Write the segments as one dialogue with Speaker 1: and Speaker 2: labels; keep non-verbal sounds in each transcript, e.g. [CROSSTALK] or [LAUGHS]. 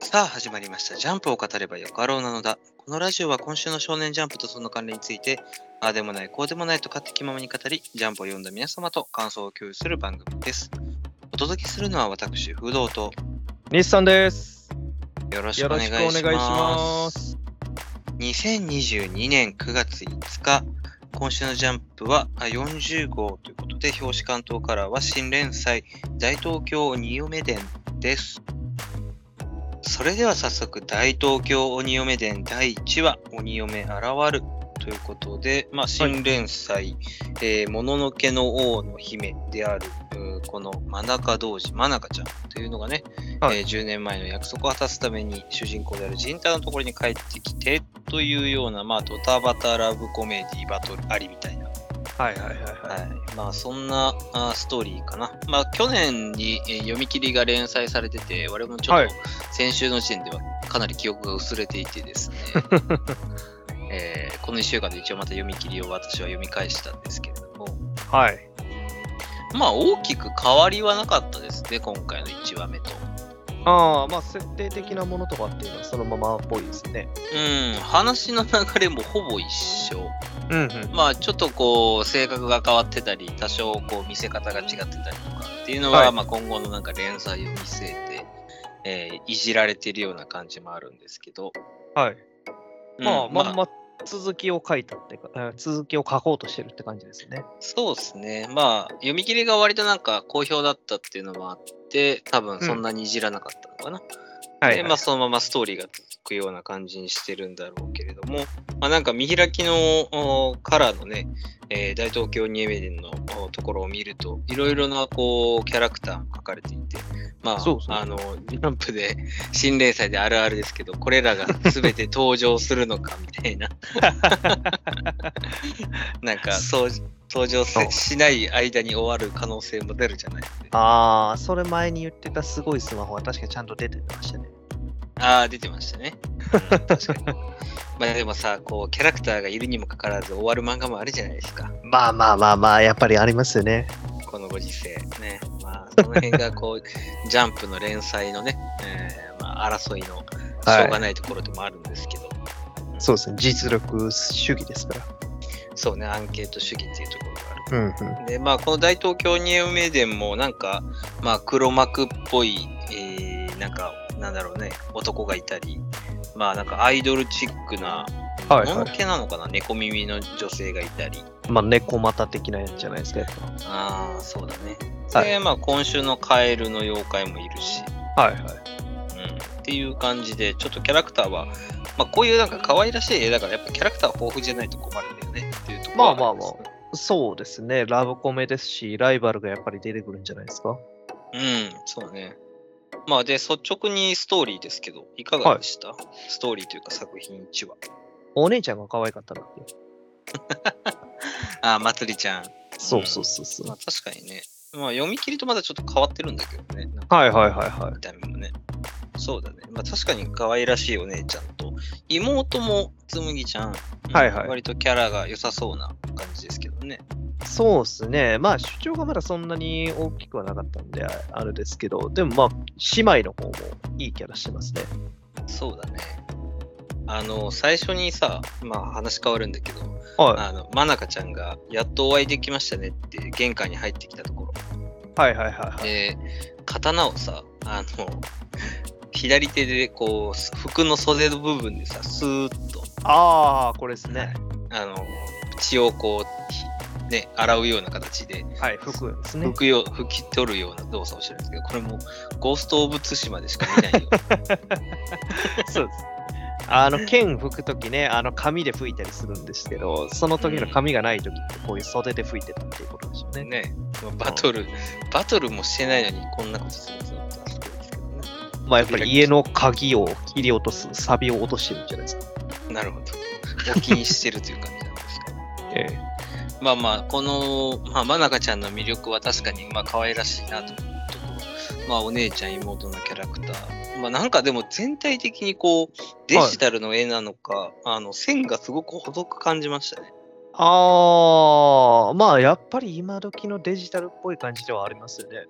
Speaker 1: さあ始まりました。ジャンプを語ればよかろうなのだ。このラジオは今週の少年ジャンプとその関連について、ああでもない、こうでもないと勝手気ままに語り、ジャンプを読んだ皆様と感想を共有する番組です。お届けするのは私、不動と
Speaker 2: 西さんです。
Speaker 1: よろしく
Speaker 2: よ
Speaker 1: お
Speaker 2: ろ
Speaker 1: 願い
Speaker 2: し
Speaker 1: し
Speaker 2: くお願いしま。
Speaker 1: ますす。2022年9月5日、今週のジャンプはあ40号ということで、表紙関東カラーは新連載、大東京鬼嫁伝です。それでは早速、大東京鬼嫁伝第1話、鬼嫁現るということで、まあ、新連載、えーもののけの王の姫である、うーこの真中童子、真中ちゃんというのがね、
Speaker 2: はい
Speaker 1: えー10年前の約束を果たすために主人公であるジンタのところに帰ってきてというような、まあ、ドタバタラブコメディバトルありみたいな、
Speaker 2: はいはいはい
Speaker 1: は
Speaker 2: はい
Speaker 1: まあ、そんなあーストーリーかな、まあ、去年にえー読み切りが連載されてて我々もちょ
Speaker 2: は
Speaker 1: っ
Speaker 2: い
Speaker 1: と先週の時点ではかなり記憶が薄れていて
Speaker 2: [LAUGHS]
Speaker 1: ですね、えーこの1週間で一応また読み切りを私は読み返したんですけれども
Speaker 2: い。はい。
Speaker 1: まあ大きく変わりはなかったですね今回の1話目と。
Speaker 2: ああ、まあ設定的なものとかっていうのはそのままっぽいですね。
Speaker 1: うん、話の流れもほぼ一緒。
Speaker 2: うんうん。
Speaker 1: まあ、ちょっとこう、性格が変わってたり、多少こう、見せ方が違ってたりとかっていうのは、
Speaker 2: はい
Speaker 1: まあ、今後のなんか連載を見据えて、えーいじられてるような感じもあるんですけど。
Speaker 2: はい。まあ
Speaker 1: うん
Speaker 2: まんま続きを書いたっていうか、えー続きを書こうとしてるって感じですね。
Speaker 1: そうですね。まあ、読み切りが割となんか好評だったっていうのもあって、多分そんなにいじらなかったのかな。で、まあ、そのままストーリーが続くような感じにしてるんだろうけれども、まあ、なんか見開きのおカラーのね、えー大東京ニエメデンのおところを見ると、いろいろなこうキャラクターも書かれていて、まあ、
Speaker 2: そうそう
Speaker 1: あの、ジャンプで心霊祭であるあるですけど、これらが全て登場するのかみたい
Speaker 2: [LAUGHS]
Speaker 1: な、なんかそう登場せ
Speaker 2: そう
Speaker 1: しない間に終わる可能性も出るじゃないですか。
Speaker 2: ああ、それ前に言ってたすごいスマホは確かにちゃんと出てましたね。
Speaker 1: ああ、出てましたね。うん確かに。 [LAUGHS] まあでもさ、こう、キャラクターがいるにもかかわらず終わる漫画もあるじゃないですか。
Speaker 2: まあまあまあまあ、やっぱりありますよね。
Speaker 1: このご時世。ね。まあ、その辺がこう、ジ [LAUGHS] ャンプの連載のね、えーまあ、争いのしょ
Speaker 2: はいう
Speaker 1: がないところでもあるんですけど、
Speaker 2: そうですね。実力主義ですから。
Speaker 1: そうね、アンケート主義っていうところがある。
Speaker 2: うんうん。
Speaker 1: で、まあ、この大東京ニウメ伝も、なんか、まあ、黒幕っぽい、えーなんか、なんだろうね、男がいたり、まあ、なんかアイドルチックな、
Speaker 2: はいはい
Speaker 1: もののけなのかな、猫耳の女性がいたり。
Speaker 2: まあ、猫股的なやつじゃないですか、やっ
Speaker 1: ああ、そうだね。
Speaker 2: ぱ
Speaker 1: で、まあ、今週のカエルの妖怪もいるし、
Speaker 2: はいはい。
Speaker 1: うん、っていう感じで、ちょっとキャラクターは、まあ、こういうなんか可愛らしい絵だから、やっぱキャラクター豊富じゃないと困るんだよねっていうところは
Speaker 2: まあ
Speaker 1: りすね
Speaker 2: そうですね、ラブコメですし、ライバルがやっぱり出てくるんじゃないですか。
Speaker 1: うん、そうね。まあで、率直にストーリーですけど、いかがでした、ストーリーというか作品1話。
Speaker 2: お姉ちゃんが可愛かったなって。
Speaker 1: ああ、まつりちゃん。
Speaker 2: そうそうそうそう。
Speaker 1: まあ確かにね。まあ読み切りとまだちょっと変わってるんだけどね。なんか
Speaker 2: はいはいはいはい。
Speaker 1: 見た目もね。そうだね。まあ確かに可愛らしいお姉ちゃんと、妹もつむぎちゃん。うん
Speaker 2: はいはい
Speaker 1: 割とキャラが良さそうな感じですけどね。
Speaker 2: そうですね、まあ主張がまだそんなに大きくはなかったんで、あれですけど、でもまあ、姉妹の方もいいキャラしてますね。
Speaker 1: そうだね。あの、最初にさ、まあ話変わるんだけど、
Speaker 2: は
Speaker 1: あの、まなかちゃんが、やっとお会いできましたねって、玄関に入ってきたところ。
Speaker 2: いはいはいはいはい。
Speaker 1: で、刀をさ、あの、左手で、こう、服の袖の部分でさ、スーッと、
Speaker 2: ああ、これですね。
Speaker 1: あの、血をこうひ、ね、洗うような形で、
Speaker 2: はい、服ですね
Speaker 1: 拭。くよ、拭き取るような動作をしてるんですけど、これも、ゴースト・オブ・ツシマでしか見ないよ。
Speaker 2: [LAUGHS] そうです。あの剣拭くときね、あの紙で拭いたりするんですけど、その時の紙がないときって、こういう袖で拭いてたっていうことで [LAUGHS] しょうね。
Speaker 1: ね、まあバトル、バトルもしてないのに、こんなことするんですよって話ですけどね。
Speaker 2: まあやっぱり家の鍵を切り落とす、サビを落としてるんじゃないですか。
Speaker 1: な
Speaker 2: [LAUGHS]
Speaker 1: るほど。お気にしてるという感じなんですかね。
Speaker 2: ええ、
Speaker 1: まあまあ、この、まあ、まなかちゃんの魅力は確かに、まあ、可愛らしいなと思うところ。まあ、お姉ちゃん、妹のキャラクター。まあ、なんかでも全体的にこう、デジタルの絵なのか、あの、線がすごく細く感じましたね。
Speaker 2: ああ、まあやっぱり今時のデジタルっぽい感じではありますよね。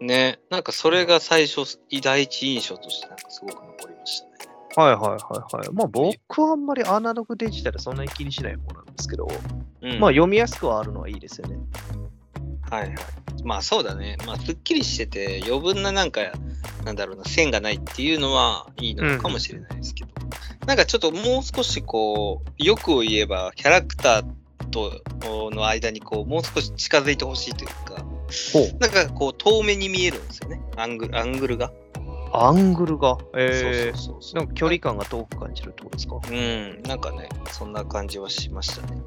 Speaker 1: ね、なんかそれが最初、第一印象としてなんかすごく残りましたね。
Speaker 2: はいはいはいはい。まあ僕はあんまりアナログデジタルそんなに気にしない方なんですけど、
Speaker 1: うん、
Speaker 2: まあ読みやすくはあるのはいいですよね。
Speaker 1: はいはい。まあそうだね。まあすっきりしてて、余分ななんか、なんだろうな、線がないっていうのはいいのかもしれないですけど、なんかちょっともう少しこう、よく言えば、キャラクターとの間にこう、もう少し近づいてほしいというか、
Speaker 2: ほう。
Speaker 1: なんかこう、遠目に見えるんですよね。アングルアングルが。
Speaker 2: アングルが。えー、
Speaker 1: そうそうそうそう
Speaker 2: なんか距離感が遠く感じるってことですか
Speaker 1: うん、なんかね、そんな感じはしましたね。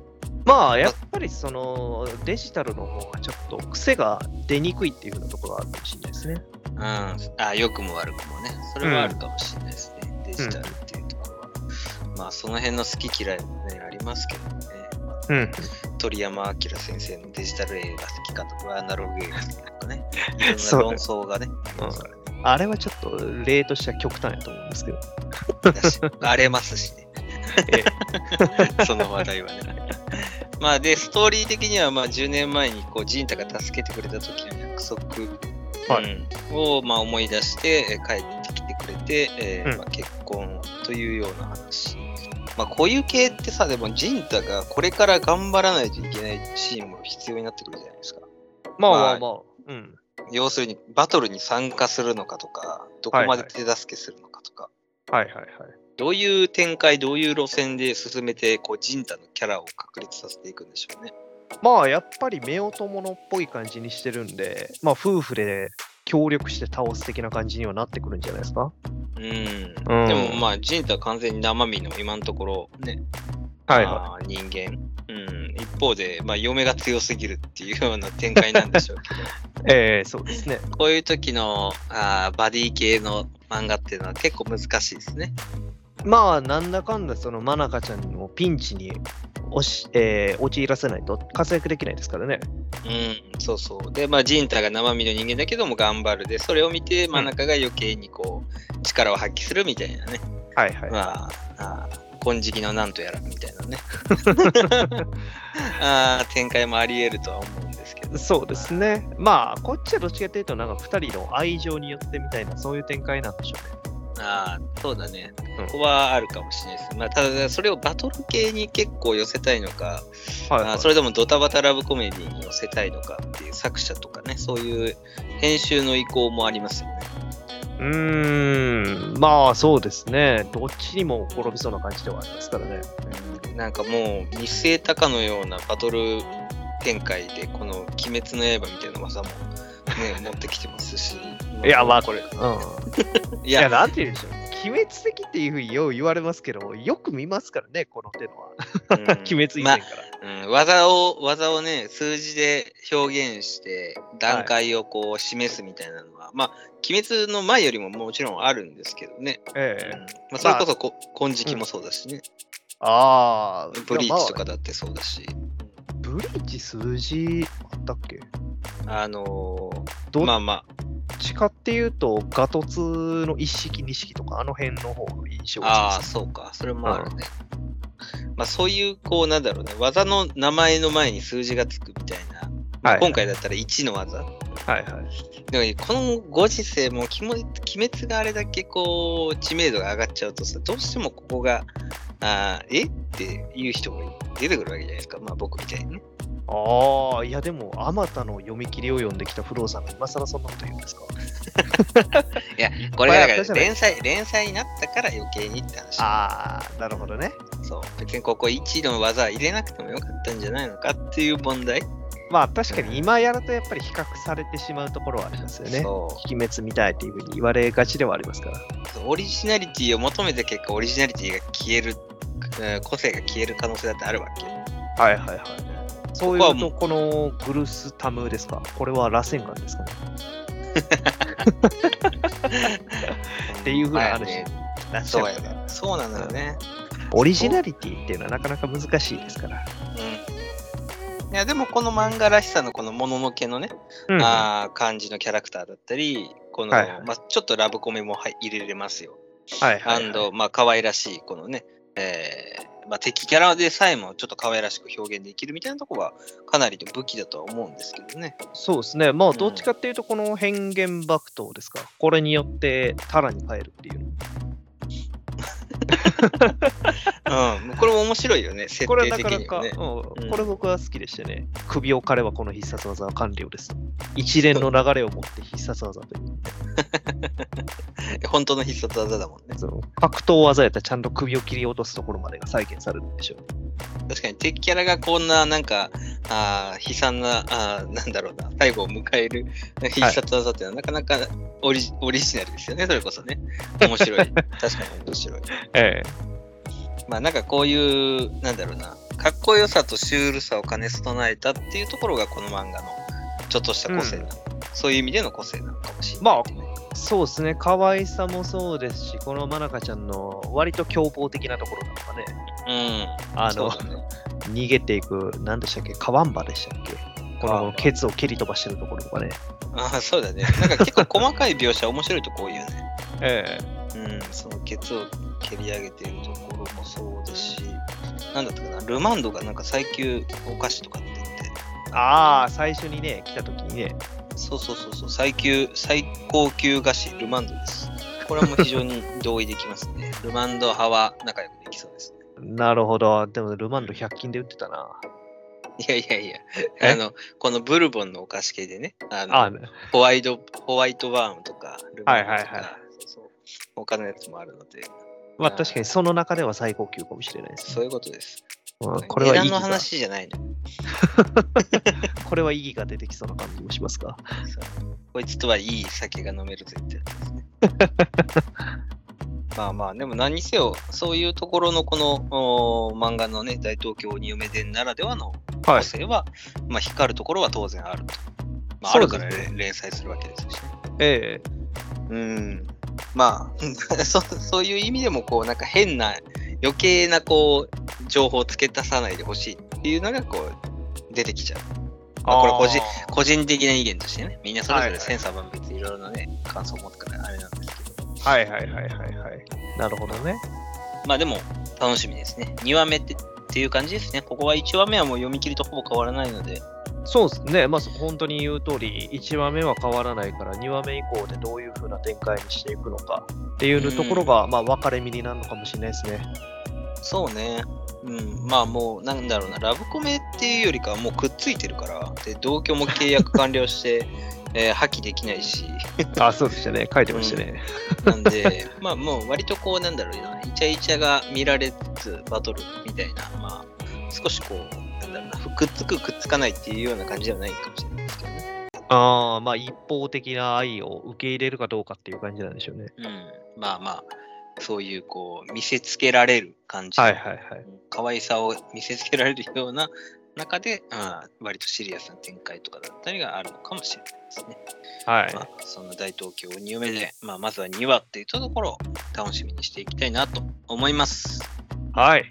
Speaker 2: まあやっぱりそのデジタルの方がちょっと癖が出にくいっていうようなところがあるかもしれないですね。
Speaker 1: うん。あ、良くも悪くもね。それはあるかもしれないですね。デジタルっていうところは。まあ、その辺の好き嫌いもね、ありますけどね。まあ
Speaker 2: うん。
Speaker 1: 鳥山明先生のデジタル映画好きかとか、アナログ映画好きかとかね。い
Speaker 2: [LAUGHS] そ
Speaker 1: ろ
Speaker 2: うん
Speaker 1: な論争がね、ありますからね。
Speaker 2: あれはちょっと例としては極端やと思うんですけど。
Speaker 1: だし [LAUGHS] 荒れますしね。 [LAUGHS] その話題はね。まあで、ストーリー的には、まあ10年前にこう、ジンタが助けてくれた時の約束、
Speaker 2: はい
Speaker 1: うんを、まあ、思い出して、えー帰ってきてくれて、えー
Speaker 2: うん
Speaker 1: まあ、結婚というような話。まあこういう系ってさ、でもジンタがこれから頑張らないといけないチームも必要になってくるじゃないですか。
Speaker 2: まあま
Speaker 1: まあ
Speaker 2: あまあ。うん。
Speaker 1: 要するに、バトルに参加するのかとか、どこまで手助けするのかとか。
Speaker 2: はいはいはい。
Speaker 1: どういう展開、どういう路線で進めて、こう、ジンタのキャラを確立させていくんでしょうね。
Speaker 2: まあやっぱり夫婦ものっぽい感じにしてるんで、まあ夫婦で協力して倒す的な感じにはなってくるんじゃないですか。
Speaker 1: うん。
Speaker 2: うん
Speaker 1: でも、まあ、ジンタは完全に生身の今のところ、ね、まあ人間。うん。一方で、まあ、嫁が強すぎるっていうような展開なんで [LAUGHS] しょうけ
Speaker 2: い。ええそうですね。
Speaker 1: ど、こういう時の、あーバディ系の漫画っていうのは結構難しいですね。
Speaker 2: まあなんだかんだそのマナカちゃんをピンチに押し、えー陥らせないと活躍できないですからね。
Speaker 1: うん、そうそう。で、まあ、ジンタが生身の人間だけども頑張るで、それを見て、真中が余計にこう、力を発揮するみたいなね。
Speaker 2: はいはい。
Speaker 1: まあ、あー金色のなんとやらみたい
Speaker 2: [LAUGHS]
Speaker 1: なね [LAUGHS] あー展開もあり得るとは思うんですけど
Speaker 2: そうですね。まあ、こっちはどっちかというと、なんか2人の愛情によってみたいな、そういう展開なんでしょうね。
Speaker 1: あーそうだね
Speaker 2: うん
Speaker 1: ここはあるかもしれないです、まあ、ただそれをバトル系に結構寄せたいのか、
Speaker 2: はい、
Speaker 1: あーそれともドタバタラブコメディに寄せたいのかっていう作者とかねそういう編集の意向もありますよね
Speaker 2: うーん、まあそうですね。どっちにも転びそうな感じではありますからね。
Speaker 1: なんかもう見据えたかのようなバトル展開でこの「鬼滅の刃」みたいな技も、
Speaker 2: [LAUGHS]
Speaker 1: ね、持ってきてますし
Speaker 2: いやまあ
Speaker 1: これ
Speaker 2: うん。
Speaker 1: い
Speaker 2: いや、
Speaker 1: や
Speaker 2: なんて言うんでしょう。鬼滅的っていうふうによう言われますけど、よく見ますからね、この手のは。
Speaker 1: うん
Speaker 2: [LAUGHS] 鬼滅以
Speaker 1: ま
Speaker 2: 前
Speaker 1: あ
Speaker 2: から。
Speaker 1: うん、技を技をね数字で表現して段階をこう示すみたいなのは、まあ鬼滅の前よりももちろんあるんですけどね、
Speaker 2: え
Speaker 1: うん
Speaker 2: え
Speaker 1: まあ、それこそこ金色もそうだしね、
Speaker 2: ああ、
Speaker 1: ブリーチと
Speaker 2: ま
Speaker 1: かだってそうだし、
Speaker 2: あブリーチ数字あったっけ
Speaker 1: あの
Speaker 2: ど
Speaker 1: ー、まあま
Speaker 2: どっちかっていうと、ガトツの一式、二式とか、あの辺の方の印象が
Speaker 1: あ
Speaker 2: 強い
Speaker 1: あー
Speaker 2: です
Speaker 1: そうかそれもあるね、まあそういうこうなんだろうね技の名前の前に数字がつくみたいな、まあ
Speaker 2: はい
Speaker 1: 今回だったら1の技、
Speaker 2: はいはい。
Speaker 1: でもこのご時世もうきも鬼滅があれだけこう知名度が上がっちゃうとさどうしてもここがあーえっていう人が出てくるわけじゃないですかまあ僕みたいにね
Speaker 2: ああ、いやでも、あまたの読み切りを読んできた不老さんが今更そんなこと言うんですか
Speaker 1: いやこれが
Speaker 2: いっぱいあ
Speaker 1: だ
Speaker 2: ったじ
Speaker 1: から
Speaker 2: ゃない
Speaker 1: 連載連載になったから余計にって話
Speaker 2: ああ、なるほどね。
Speaker 1: そう別にここ1の技は入れなくてもよかったんじゃないのかっていう問題、
Speaker 2: まあ確かに今やるとやっぱり比較されてしまうところはありますよね。
Speaker 1: そ
Speaker 2: 鬼滅みたいっていうふうに言われがちではありますから。
Speaker 1: うオリジナリティを求めた結果オリジナリティが消えるうん個性が消える可能性だってあるわけ
Speaker 2: はいはいはい。そういう、
Speaker 1: こと
Speaker 2: このグルスタムですかこれは螺旋丸ですかねっていうふうな話になっちゃ
Speaker 1: そう
Speaker 2: う
Speaker 1: や
Speaker 2: から
Speaker 1: ねそうなのよね、
Speaker 2: オリジナリティっていうのはなかなか難しいですから。
Speaker 1: うんいやでもこの漫画らしさのこのもののけのね、
Speaker 2: うん
Speaker 1: あー感じのキャラクターだったり、この、
Speaker 2: はいはい
Speaker 1: まあ、ちょっとラブコメもはい入れれますよ。
Speaker 2: はいはいはい
Speaker 1: アンド、まあ可愛らしいこのね、えーまあ、敵キャラでさえもちょっと可愛らしく表現できるみたいなとこはかなりの武器だとは思うんですけど
Speaker 2: [LAUGHS]
Speaker 1: ね。
Speaker 2: そうですね。まあ、
Speaker 1: うん
Speaker 2: どっちかっていうと、この変幻爆投ですか。これによって、タラに変えるっていう。
Speaker 1: うん、これも面白いよね、設
Speaker 2: これ
Speaker 1: 定
Speaker 2: はな
Speaker 1: 的
Speaker 2: か
Speaker 1: に
Speaker 2: なか、
Speaker 1: はね。
Speaker 2: う、
Speaker 1: うんん
Speaker 2: これ僕は好きでしてね。首を刈ればこの必殺技は完了です。一連の流れを持って必殺技という。
Speaker 1: 本当の必殺技だもんね。
Speaker 2: その格闘技やったらちゃんと首を切り落とすところまでが再現されるんでしょう。
Speaker 1: 確かに敵キャラがこんな、なんか、あー悲惨な、あーなんだろうな、最後を迎える必殺技っていうのは、なかなかオリジオリジナルですよね、それこそね。面白い。確かに面白い。
Speaker 2: ええ。
Speaker 1: まあなんかこういう、なんだろうな、かっこよさとシュールさを兼ね備えたっていうところがこの漫画のちょっとした個性な、そういう意味での個性なのかもしれないっていうね、
Speaker 2: そうですね。可愛さもそうですし、このマナカちゃんの割と凶暴的なところなんかね。
Speaker 1: うん。
Speaker 2: あの、
Speaker 1: そうだね
Speaker 2: 逃げていく、何でしたっけ、カワンバでしたっけ
Speaker 1: カ
Speaker 2: こ
Speaker 1: ワン
Speaker 2: の
Speaker 1: バ
Speaker 2: ケツを蹴り飛ばしてるところとかね。
Speaker 1: あーそうだね。なんか結構細かい描写面白いとこ多いよね。
Speaker 2: え
Speaker 1: うん、そのケツを蹴り上げているところもそうだし、なんだったかな、ルマンドがなんか最級お菓子とかって言って、
Speaker 2: えああ、最初にね、来た時にね。
Speaker 1: そうそうそうそう、最級、最高級菓子、ルマンドです。これも非常に同意できます
Speaker 2: [LAUGHS]
Speaker 1: ね。ルマンド派は仲良くできそうですね。
Speaker 2: なるほど。でも、ルマンド100均で売ってたな。
Speaker 1: いやいやい
Speaker 2: え
Speaker 1: や、あの、このブルボンのお菓子系でね、あの
Speaker 2: あ
Speaker 1: ホワイト、ホワイトバーンとか、ルマンドとか、
Speaker 2: はいはいはい
Speaker 1: そうそう他のやつもあるので、
Speaker 2: まあ確かにその中では最高級かもしれないです。
Speaker 1: そういうことです。
Speaker 2: うんこれは
Speaker 1: 値段
Speaker 2: 意義
Speaker 1: の
Speaker 2: が、
Speaker 1: 話じゃないの。
Speaker 2: これは意義が出てきそうな感じもしますか。
Speaker 1: こいつとはいい酒が飲めるぜってやつですね。 [LAUGHS] まあまあ、でも何にせよ、そういうところのこのおー漫画のね、大東京鬼嫁伝ならではの
Speaker 2: は
Speaker 1: 個。性は、まあ、光るところは当然あると。まあ、
Speaker 2: そ
Speaker 1: あ
Speaker 2: う
Speaker 1: る
Speaker 2: です
Speaker 1: か
Speaker 2: ね
Speaker 1: ら、ね、連載するわけですしね。
Speaker 2: え
Speaker 1: うん。まあ [LAUGHS] そ、そういう意味でも、こう、なんか変な、余計な、こう、情報を付け足さないでほしいっていうのが、こう、出てきちゃう。
Speaker 2: え
Speaker 1: まあこれ個人
Speaker 2: あー
Speaker 1: 個人的な意見としてね、みんなそれぞ
Speaker 2: はい
Speaker 1: れ
Speaker 2: はい
Speaker 1: 千差万別いろいろなね、感想を持つからあれなんですけど、
Speaker 2: はいはいはいはいはい。なるほどね。
Speaker 1: まあでも楽しみですね。2話目ってっていう感じですね。ここは1話目はもう読み切りとほぼ変わらないので、
Speaker 2: そうですね、まあ、そ本当に言う通り、1話目は変わらないから、2話目以降でどういう風な展開にしていくのかっていうところが、まあ、分かれ目になるのかもしれないですね。
Speaker 1: そうね。うん、まあもうなんだろうな、ラブコメっていうよりかはもうくっついてるから、で同居も契約完了して、 [LAUGHS] えー破棄できないし、
Speaker 2: あ、そうでしたね、書いてましたね。
Speaker 1: なんで、 [LAUGHS] まあもう割とこうなんだろうな、イチャイチャが見られつつバトルみたいな、まあ少しこう、なんだろうな、くっつくくっつかないっていうような感じではないかもしれないですけどね。
Speaker 2: ああ、まあ、一方的な愛を受け入れるかどうかっていう感じなんでしょうね。
Speaker 1: うん、まあまあ、そういうこう、見せつけられる感じ、
Speaker 2: はいはいはい。
Speaker 1: 可愛さを見せつけられるような中で、うん、割とシリアスな展開とかだったりがあるのかもしれないですね。
Speaker 2: はい
Speaker 1: まあ、その大東京2夢で、まあ、まずは2話っていうところを楽しみにしていきたいなと思います。
Speaker 2: はい。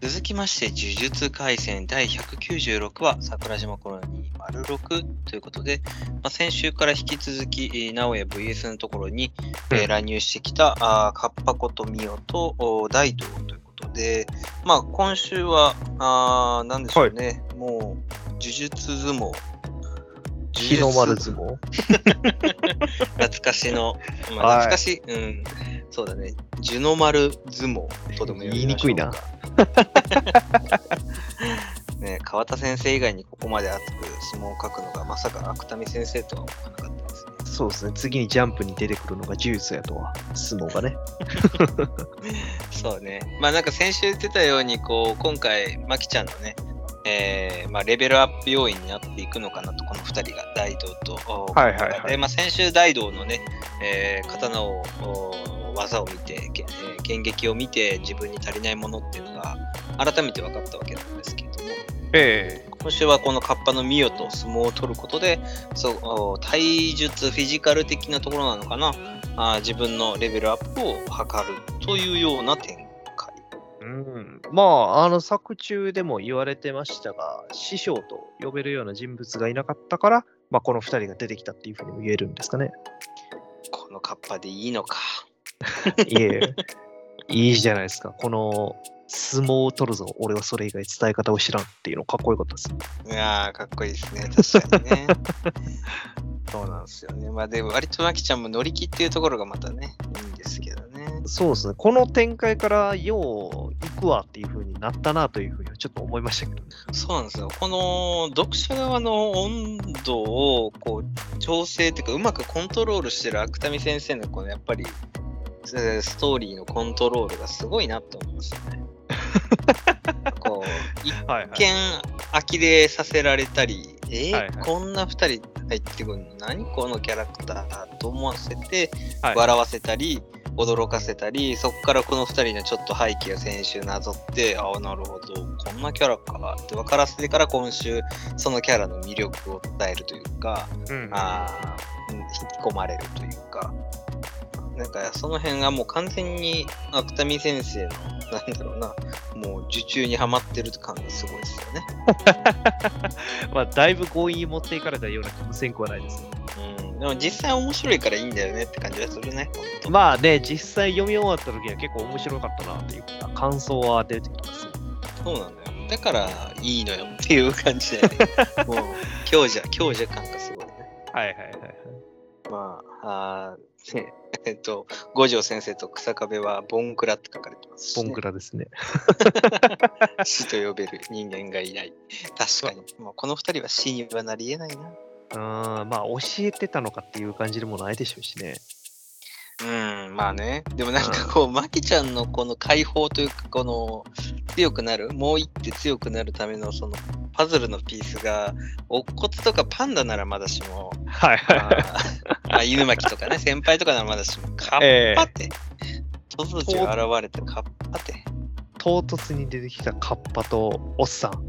Speaker 1: 続きまして、呪術廻戦第196話、桜島コロニー丸6ということで、まあ、先週から引き続き、えー直江 VS のところに、えー
Speaker 2: うん
Speaker 1: 乱入してきた、あーカッパことミオとお大道ということで、まあ、今週は、あーなんでしょうね、もう、呪術相撲。呪術
Speaker 2: 日の丸相撲。
Speaker 1: 懐かしの、ま
Speaker 2: は
Speaker 1: あ、
Speaker 2: い
Speaker 1: 懐かしい、うん、そうだね、ジュノマル相撲とでも呼びましょうか
Speaker 2: 言いにくいな。
Speaker 1: [LAUGHS] ね、川田先生以外にここまで熱く相撲を書くのが、まさか芥見先生とは思わなかったですね。
Speaker 2: そうですね、次にジャンプに出てくるのがジュースやとは、相撲がね。
Speaker 1: そうね、まあなんか先週言ってたように、こう今回、まきちゃんのね、えーまあ、レベルアップ要因になっていくのかなと、この2人が、大道と、お
Speaker 2: はいはいはい
Speaker 1: でまあ、先週、大道のね、えー刀を、お技を見て、けえー剣撃を見て、自分に足りないものっていうのが、改めて分かったわけなんですけれども、
Speaker 2: ええ
Speaker 1: 今週はこのカッパのミオと相撲を取ることで、そうお体術、フィジカル的なところなのかな、あー自分のレベルアップを図るというような展開。
Speaker 2: うん、まあ、あの作中でも言われてましたが、師匠と呼べるような人物がいなかったから、まあ、この2人が出てきたっていうふうにも言えるんですかね。
Speaker 1: このカッパでいいのか。
Speaker 2: [LAUGHS] いえいえいいじゃないですか。この、相撲を取るぞ。俺はそれ以外伝え方を知らんっていうのかっこよかったです。
Speaker 1: いやー、かっこいいですね。確かにね。
Speaker 2: そうなんで
Speaker 1: ですよね。まあでも、割とマキちゃんも乗り気っていうところがまたね、いいんですけどね。
Speaker 2: す。そうですね。この展開から、よう行くわっていう風になったなという風にはちょっと思いましたけどね。
Speaker 1: そうなんですよ。この読者側の温度をこう調整っていうか、うまくコントロールしてる芥見先生のこのやっぱりえーストーリーのコントロールがすごいなと思いますよね。こう一
Speaker 2: はい、はい。
Speaker 1: 見呆れさせられたり、えー
Speaker 2: はいはい
Speaker 1: こんな2人入ってくるの何このキャラクターと思わせて、
Speaker 2: はい
Speaker 1: 笑わせたり驚かせたりそこからこの2人のちょっと背景を先週なぞってああなるほどこんなキャラかって分からせてから今週そのキャラの魅力を伝えるというか
Speaker 2: うん
Speaker 1: あーうん引き込まれるというかなんかその辺がもう完全に芥見先生のなんだろうなもう受注にはまってる感がすごいですよね。
Speaker 2: まあ、だいぶ強引に持っていかれたような気もせんくはないです。
Speaker 1: うん、でも実際面白いからいいんだよねって感じがするね。ほんと
Speaker 2: まあね、実際読み終わった時は結構面白かったなっていう感想は出てきます。
Speaker 1: そうなんだよ。だからいいのよっていう感じ [LAUGHS] で、もう強者、強者感がすごいね。
Speaker 2: はいはいはいはい。
Speaker 1: まあ、あーねえっと、五条先生と草壁はボンクラって書かれてますし、
Speaker 2: ボン
Speaker 1: ク
Speaker 2: クラですね。
Speaker 1: [LAUGHS] ラ。死と呼べる人間がいない。確かに。もうこの二人は死にはなり得ないな。
Speaker 2: うん、まあ教えてたのかっていう感じでもないでしょうしね。
Speaker 1: うん、まあね。でもなんかこう、マキちゃんのこの解放というか、この強くなる、もう一手強くなるためのそのパズルのピースが、乙骨とかパンダならまだし [LAUGHS] も、
Speaker 2: はいはい
Speaker 1: あーあ犬巻とかね、先輩とかならまだしも、カッ
Speaker 2: ええ
Speaker 1: パって、突如現れてカッパって、
Speaker 2: 唐突に出てきたカッパとおっさん。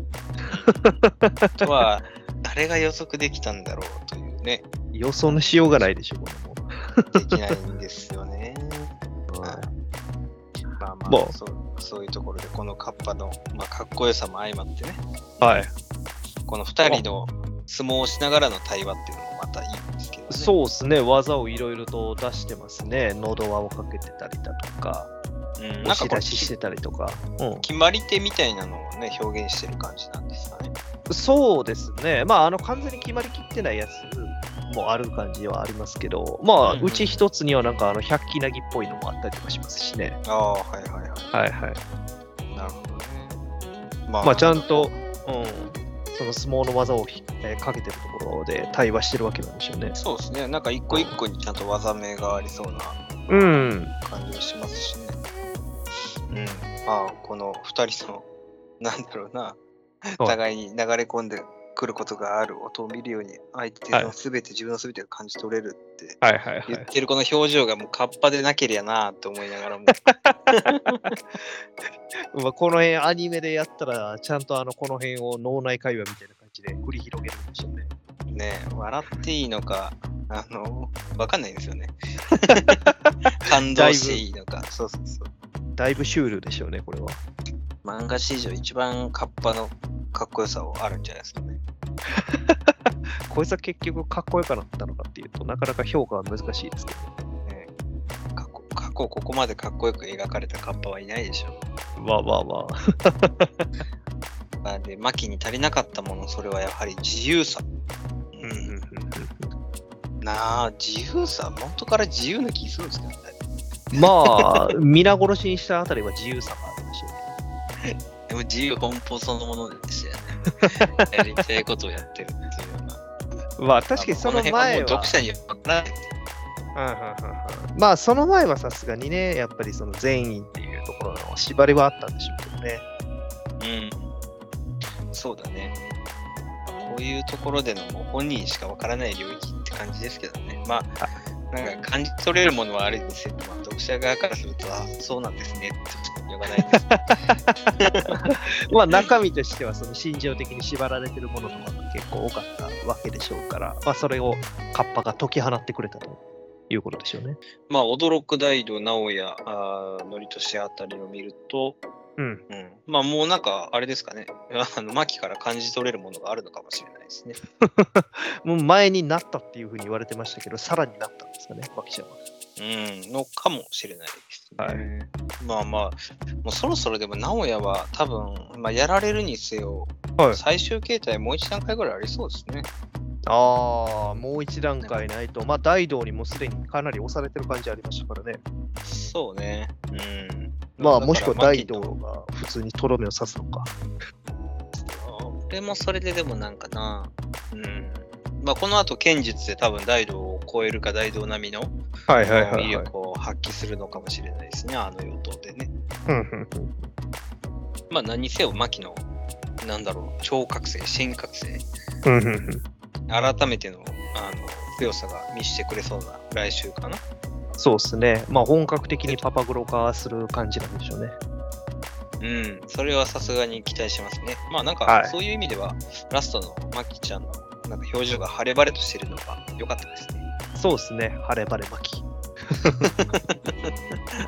Speaker 1: とは、誰が予測できたんだろうというね、
Speaker 2: 予想のしようがないでしょ、これも。
Speaker 1: できないんですよね。まあま
Speaker 2: も
Speaker 1: あ、
Speaker 2: う
Speaker 1: そうそういうところで、このカッパの、まあ、かっこよさも相まってね、
Speaker 2: はい。
Speaker 1: この2人の相撲をしながらの対話っていうのもまたいいんですけどね。
Speaker 2: そうですね、技をいろいろと出してますね。喉輪をかけてたりだとか、
Speaker 1: うん、なん
Speaker 2: 押
Speaker 1: かこ
Speaker 2: し出
Speaker 1: れ
Speaker 2: ししてたりとか。うん、
Speaker 1: 決まり手みたいなのをね、表現してる感じなんですかね。
Speaker 2: そうですね、まあ、あの完全に決まりきってないやつもある感じはありますけど、まあ、
Speaker 1: う
Speaker 2: うん
Speaker 1: うん
Speaker 2: ち一つには、なんか、あの、百鬼なぎっぽいのもあったりとかしますしね。
Speaker 1: ああ、はいはいはい。
Speaker 2: はいはい。
Speaker 1: なるほどね。ま
Speaker 2: まあ、ちゃんと、うん、その相撲の技をひ、えーかけてるところで対話してるわけなんでしょうね。
Speaker 1: そうですね。なんか一個一個にちゃんと技名がありそうな
Speaker 2: うん。
Speaker 1: 感じがしますしね。うん。まあ、この二人の、なんだろうな、
Speaker 2: そう
Speaker 1: 互いに流れ込んでくることがある音を見るように、相手
Speaker 2: はい
Speaker 1: のすべて、自分のすべてが感じ取れるって
Speaker 2: はいはい
Speaker 1: 言っ。てるこの表情がもうカッパでなけりゃなと思いながら
Speaker 2: [LAUGHS]
Speaker 1: も、
Speaker 2: まあ、この辺、アニメでやったら、ちゃんとあの、この辺を脳内会話みたいな感じで繰り広げるんでしょうね。
Speaker 1: ね、笑っていいのか、あの、わかんないんです
Speaker 2: [LAUGHS]
Speaker 1: よね。感動していいのか。そうそうそう。
Speaker 2: だいぶシュールでしょうね、これは。
Speaker 1: 漫画史上一番カッパのかっこよさをあるんじゃないですかね。
Speaker 2: こいつは結局、かっこよくなったのかっていうと、なかなか評価は難しいですけど。
Speaker 1: ね過去過去ここまでかっこよく描かれたカッパはいないでしょ。
Speaker 2: まあまあまあ。
Speaker 1: なんで、マキに足りなかったもの、それはやはり自由さ。
Speaker 2: うんうんうんうん
Speaker 1: なあ、自由さ、元から自由な気するんですけどね。
Speaker 2: まあ、皆殺しにしたあたりは自由さがあるでしょうね。
Speaker 1: でも自由奔放そのもので [LAUGHS] したよね。やりたいことをやってるっていうような。
Speaker 2: まあ、確かにその
Speaker 1: あこ辺も
Speaker 2: 前
Speaker 1: う
Speaker 2: は
Speaker 1: 読。者には分からない。
Speaker 2: まあ、その前はさすがにね、やっぱりその善意っていうところの縛りはあったんでしょうけどね。
Speaker 1: うん。そうだね。こういうところでのもう本人しかわからない領域って感じですけどね。まあ、なんか感じ取れるものはあるにせよ、まあ、読者側からすると、あそうなんですねってしか言わないです
Speaker 2: まあ、中身としてはその心情的に縛られてるものとかが結構多かったわけでしょうから、まあ、それをカッパが解き放ってくれたということでしょうね。
Speaker 1: [LAUGHS] まあ、驚く大道、直哉、あー則俊あたりを見ると、
Speaker 2: うん。
Speaker 1: うん、まあもうなんか、あれですかね、 [LAUGHS] あの、牧から感じ取れるものがあるのかもしれないですね。
Speaker 2: もう前になったっていうふうに言われてましたけど、さらになったんですかね、マキちゃんは。
Speaker 1: うん、のかもしれないですね。
Speaker 2: はい
Speaker 1: まあまあ、もうそろそろでも名古屋は多分、まあ、やられるにせよ、
Speaker 2: はい
Speaker 1: 最終形態もう一段階ぐらいありそうですね。
Speaker 2: ああ、もう一段階ないと、まあ、大道にもすでにかなり押されてる感じありましたからね。
Speaker 1: そうね。うん。
Speaker 2: まあ、
Speaker 1: だから
Speaker 2: もしくは大道が普通にとろめを刺すのか。
Speaker 1: 俺もそれででもなんかな、うん。まあ、この後、剣術で多分大道を超えるか大道並みの
Speaker 2: はい
Speaker 1: 魅力を発揮するのかもしれないですね、あの与党でね。まあ、何せよ、牧野、なんだろう、超覚醒、新覚醒、改めてのあの強さが見せてくれそうな来週かな。
Speaker 2: そうですね。まあ、本格的にパパグロ化する感じなんでしょうね。
Speaker 1: うん、それはさすがに期待しますね。まあなん
Speaker 2: は
Speaker 1: か
Speaker 2: い
Speaker 1: そういう意味では、ラストのマキちゃんのなんか表情が晴れ晴れとしてるのが良かったですね。 [LAUGHS]
Speaker 2: そうですね。晴れ晴れ巻き。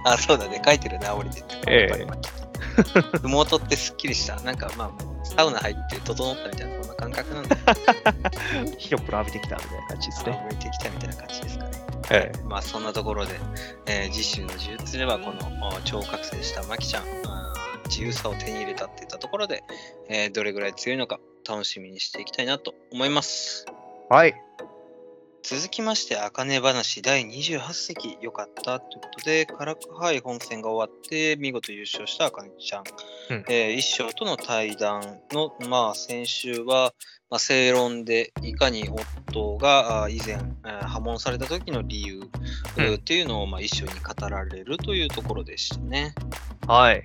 Speaker 1: あ、そうだね、書いてるな、降りてて。
Speaker 2: ええ
Speaker 1: 晴れマキ麓ってすっきりした。なんかまあもうサウナ入って整ったみたいな、そんな感覚なんで、
Speaker 2: ひろっぷら浴びてきたみたいな感じですね。
Speaker 1: 向いてきたみたいな感じですかね。
Speaker 2: え
Speaker 1: まあそんなところで、えー次週の呪術ではこのお超覚醒したマキちゃん、あー自由さを手に入れたっていったところで、えーどれぐらい強いのか楽しみにしていきたいなと思います。
Speaker 2: はい。
Speaker 1: 続きまして、あかね話第28席、良かったということで、カラクハイ本戦が終わって、見事優勝したあかねちゃん、
Speaker 2: うん
Speaker 1: えー一生との対談の、まあ、先週は、まあ、正論でいかに夫があー以前、えー破門された時の理由、
Speaker 2: うん
Speaker 1: えーっていうのを、まあ、一緒に語られるというところでしたね。
Speaker 2: はい。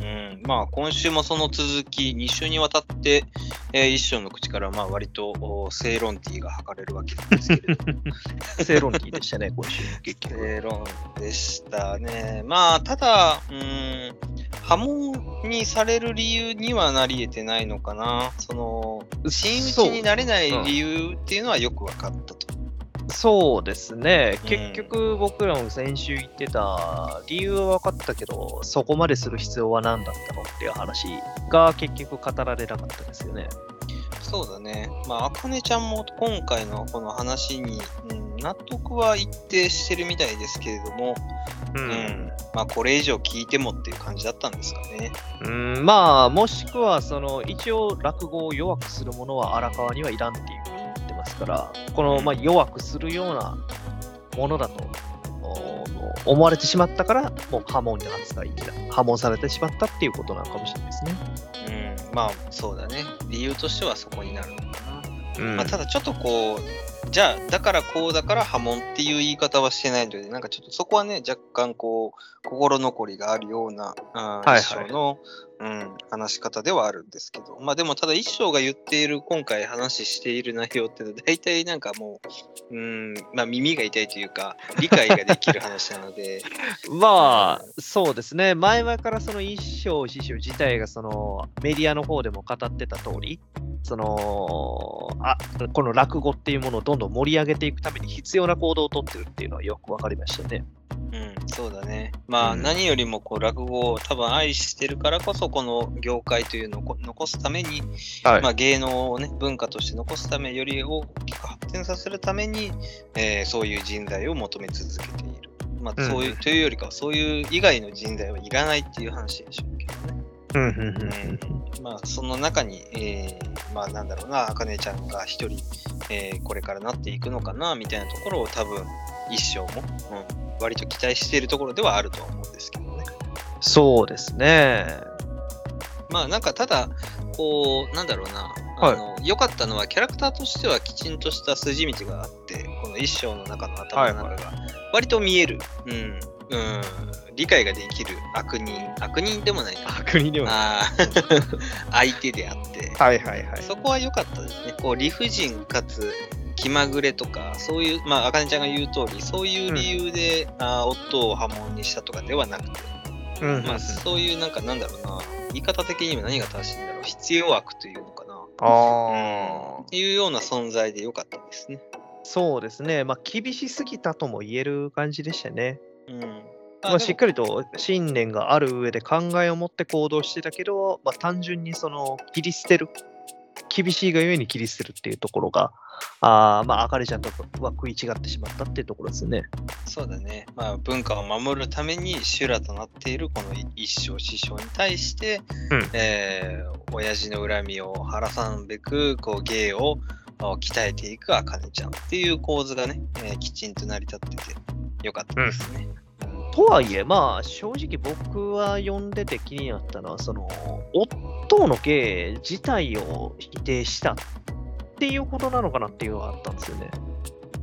Speaker 1: うん、まあ今週もその続き、2週にわたって、えー一生の口からまあ割とお正論ティーが吐かれるわけなんですけれども
Speaker 2: 正論期でしたね、今週。結局。
Speaker 1: 正論でしたね。まあ、ただ、うーん、波紋にされる理由にはなり得てないのかな。その、真打ちになれない理由っていうのはよく分かったと。
Speaker 2: そうですね、
Speaker 1: うん
Speaker 2: 結局僕らも先週言ってた理由は分かったけど、そこまでする必要は何だったのっていう話が結局語られなかったですよね。
Speaker 1: そうだね。まあ、あかねちゃんも今回のこの話に、うん、納得は一定してるみたいですけれども、
Speaker 2: う
Speaker 1: うん、まあ、これ以上聞いてもっていう感じだったんですかね。
Speaker 2: ん、まあ、もしくはその一応落語を弱くするものは荒川にはいらんっていうふうに言ってますから、このまあ弱くするようなものだと。おもう思われてしまったから、もう破門に扱いきだ、破門されてしまったっていうことなのかもしれないですね。
Speaker 1: うん、まあ、そうだね。理由としてはそこになるのかな。
Speaker 2: うん
Speaker 1: まあ、ただちょっとこうじゃあだからこうだから波紋っていう言い方はしてないのでなんかちょっとそこはね若干こう心残りがあるようなあー
Speaker 2: はいはい
Speaker 1: 一生の、うん、話し方ではあるんですけどまあでもただ一生が言っている今回話している内容っていうのは大体なんかもううんまあ耳が痛いというか理解ができる話なの
Speaker 2: [LAUGHS]
Speaker 1: で
Speaker 2: まあ、そうですね。前々からその一生師匠自体がそのメディアの方でも語ってた通り、そのあこの落語っていうものをどんどん盛り上げていくために必要な行動をとってるっていうのはよくわかりましたね。
Speaker 1: うん、そうだね。まあ、
Speaker 2: うん
Speaker 1: 何よりもこう落語を多分愛してるからこそこの業界というのをこ残すために、
Speaker 2: はい
Speaker 1: まあ、芸能をね文化として残すためより大きく発展させるために、えーそういう人材を求め続けている。まあ、
Speaker 2: うん
Speaker 1: そういう、というよりかはそういう以外の人材はいらないっていう話でしょうけどね。
Speaker 2: うん
Speaker 1: まあ、その中に、えーまあ、なんだろうな、あかねちゃんが一人、えーこれからなっていくのかな、みたいなところを多分、一生も、うん、割と期待しているところではあるとは思うんですけどね。
Speaker 2: そうですね。
Speaker 1: まあ、なんか、ただ、こう、なんだろうな、あの、良かったのは、キャラクターとしてはきちんとした筋道があって、この一生の中の頭の中が、割と見える、うん、うん、理解ができる悪人、悪人でもないか。
Speaker 2: 国で
Speaker 1: あー [LAUGHS] 相手であって、
Speaker 2: はいはいはい。
Speaker 1: そこは良かったですね。こう理不尽かつ気まぐれとか、そういう、まあ、あかねちゃんが言う通り、そういう理由で、あー夫を破門にしたとかではなくて、
Speaker 2: うんう
Speaker 1: [LAUGHS]
Speaker 2: ん
Speaker 1: まあ、そういう、なんか、なんだろうな、言い方的には何が正しいんだろう、必要悪というのかな、
Speaker 2: あ
Speaker 1: っていうような存在で良かったですね。
Speaker 2: そうですね。まあ、厳しすぎたとも言える感じでしたね。
Speaker 1: うん。
Speaker 2: まあ、しっか
Speaker 1: り。
Speaker 2: りと信念がある上で考えを持って行動してたけど、まあ、単純にその切り捨てる厳しいがゆえに切り捨てるっていうところが、あーまあ、あかりちゃんとは食い違ってしまったっていうところですね。
Speaker 1: そうだね、まあ、文化を守るために修羅となっているこの一生師匠に対して、
Speaker 2: うん
Speaker 1: えー親父の恨みを晴らさんべくこう芸をあ鍛えていくあかねちゃんっていう構図がね、えーきちんと成り立っててよかったですね。
Speaker 2: とはいえ、まあ、正直僕は読んでて気になったのは、その、夫の芸自体を否定したっていうことなのかなっていうのがあったんですよね。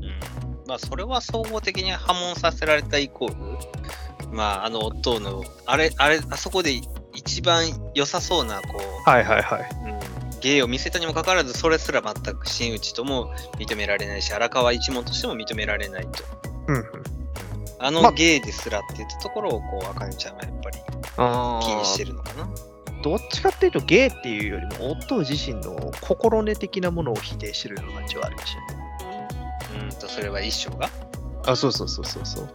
Speaker 1: うんまあ、それは総合的に破門させられたイコール、まあ、あの夫のあれあれあそこで一番良さそうなこう
Speaker 2: はいはいはい。
Speaker 1: 芸を見せたにもかかわらずそれすら全く真打ちとも認められないし荒川一門としても認められないと
Speaker 2: うんうん、
Speaker 1: あ
Speaker 2: ま
Speaker 1: の芸ですらって言ったところをこうあかねちゃんはやっぱり
Speaker 2: あ
Speaker 1: 気にして
Speaker 2: ー
Speaker 1: るのかな
Speaker 2: どっちかっていうと、芸っていうよりも、夫自身の心根的なものを否定してるような感じはありました
Speaker 1: う
Speaker 2: ね。
Speaker 1: んとそれは一生が
Speaker 2: あ、そうそうそうそうそう。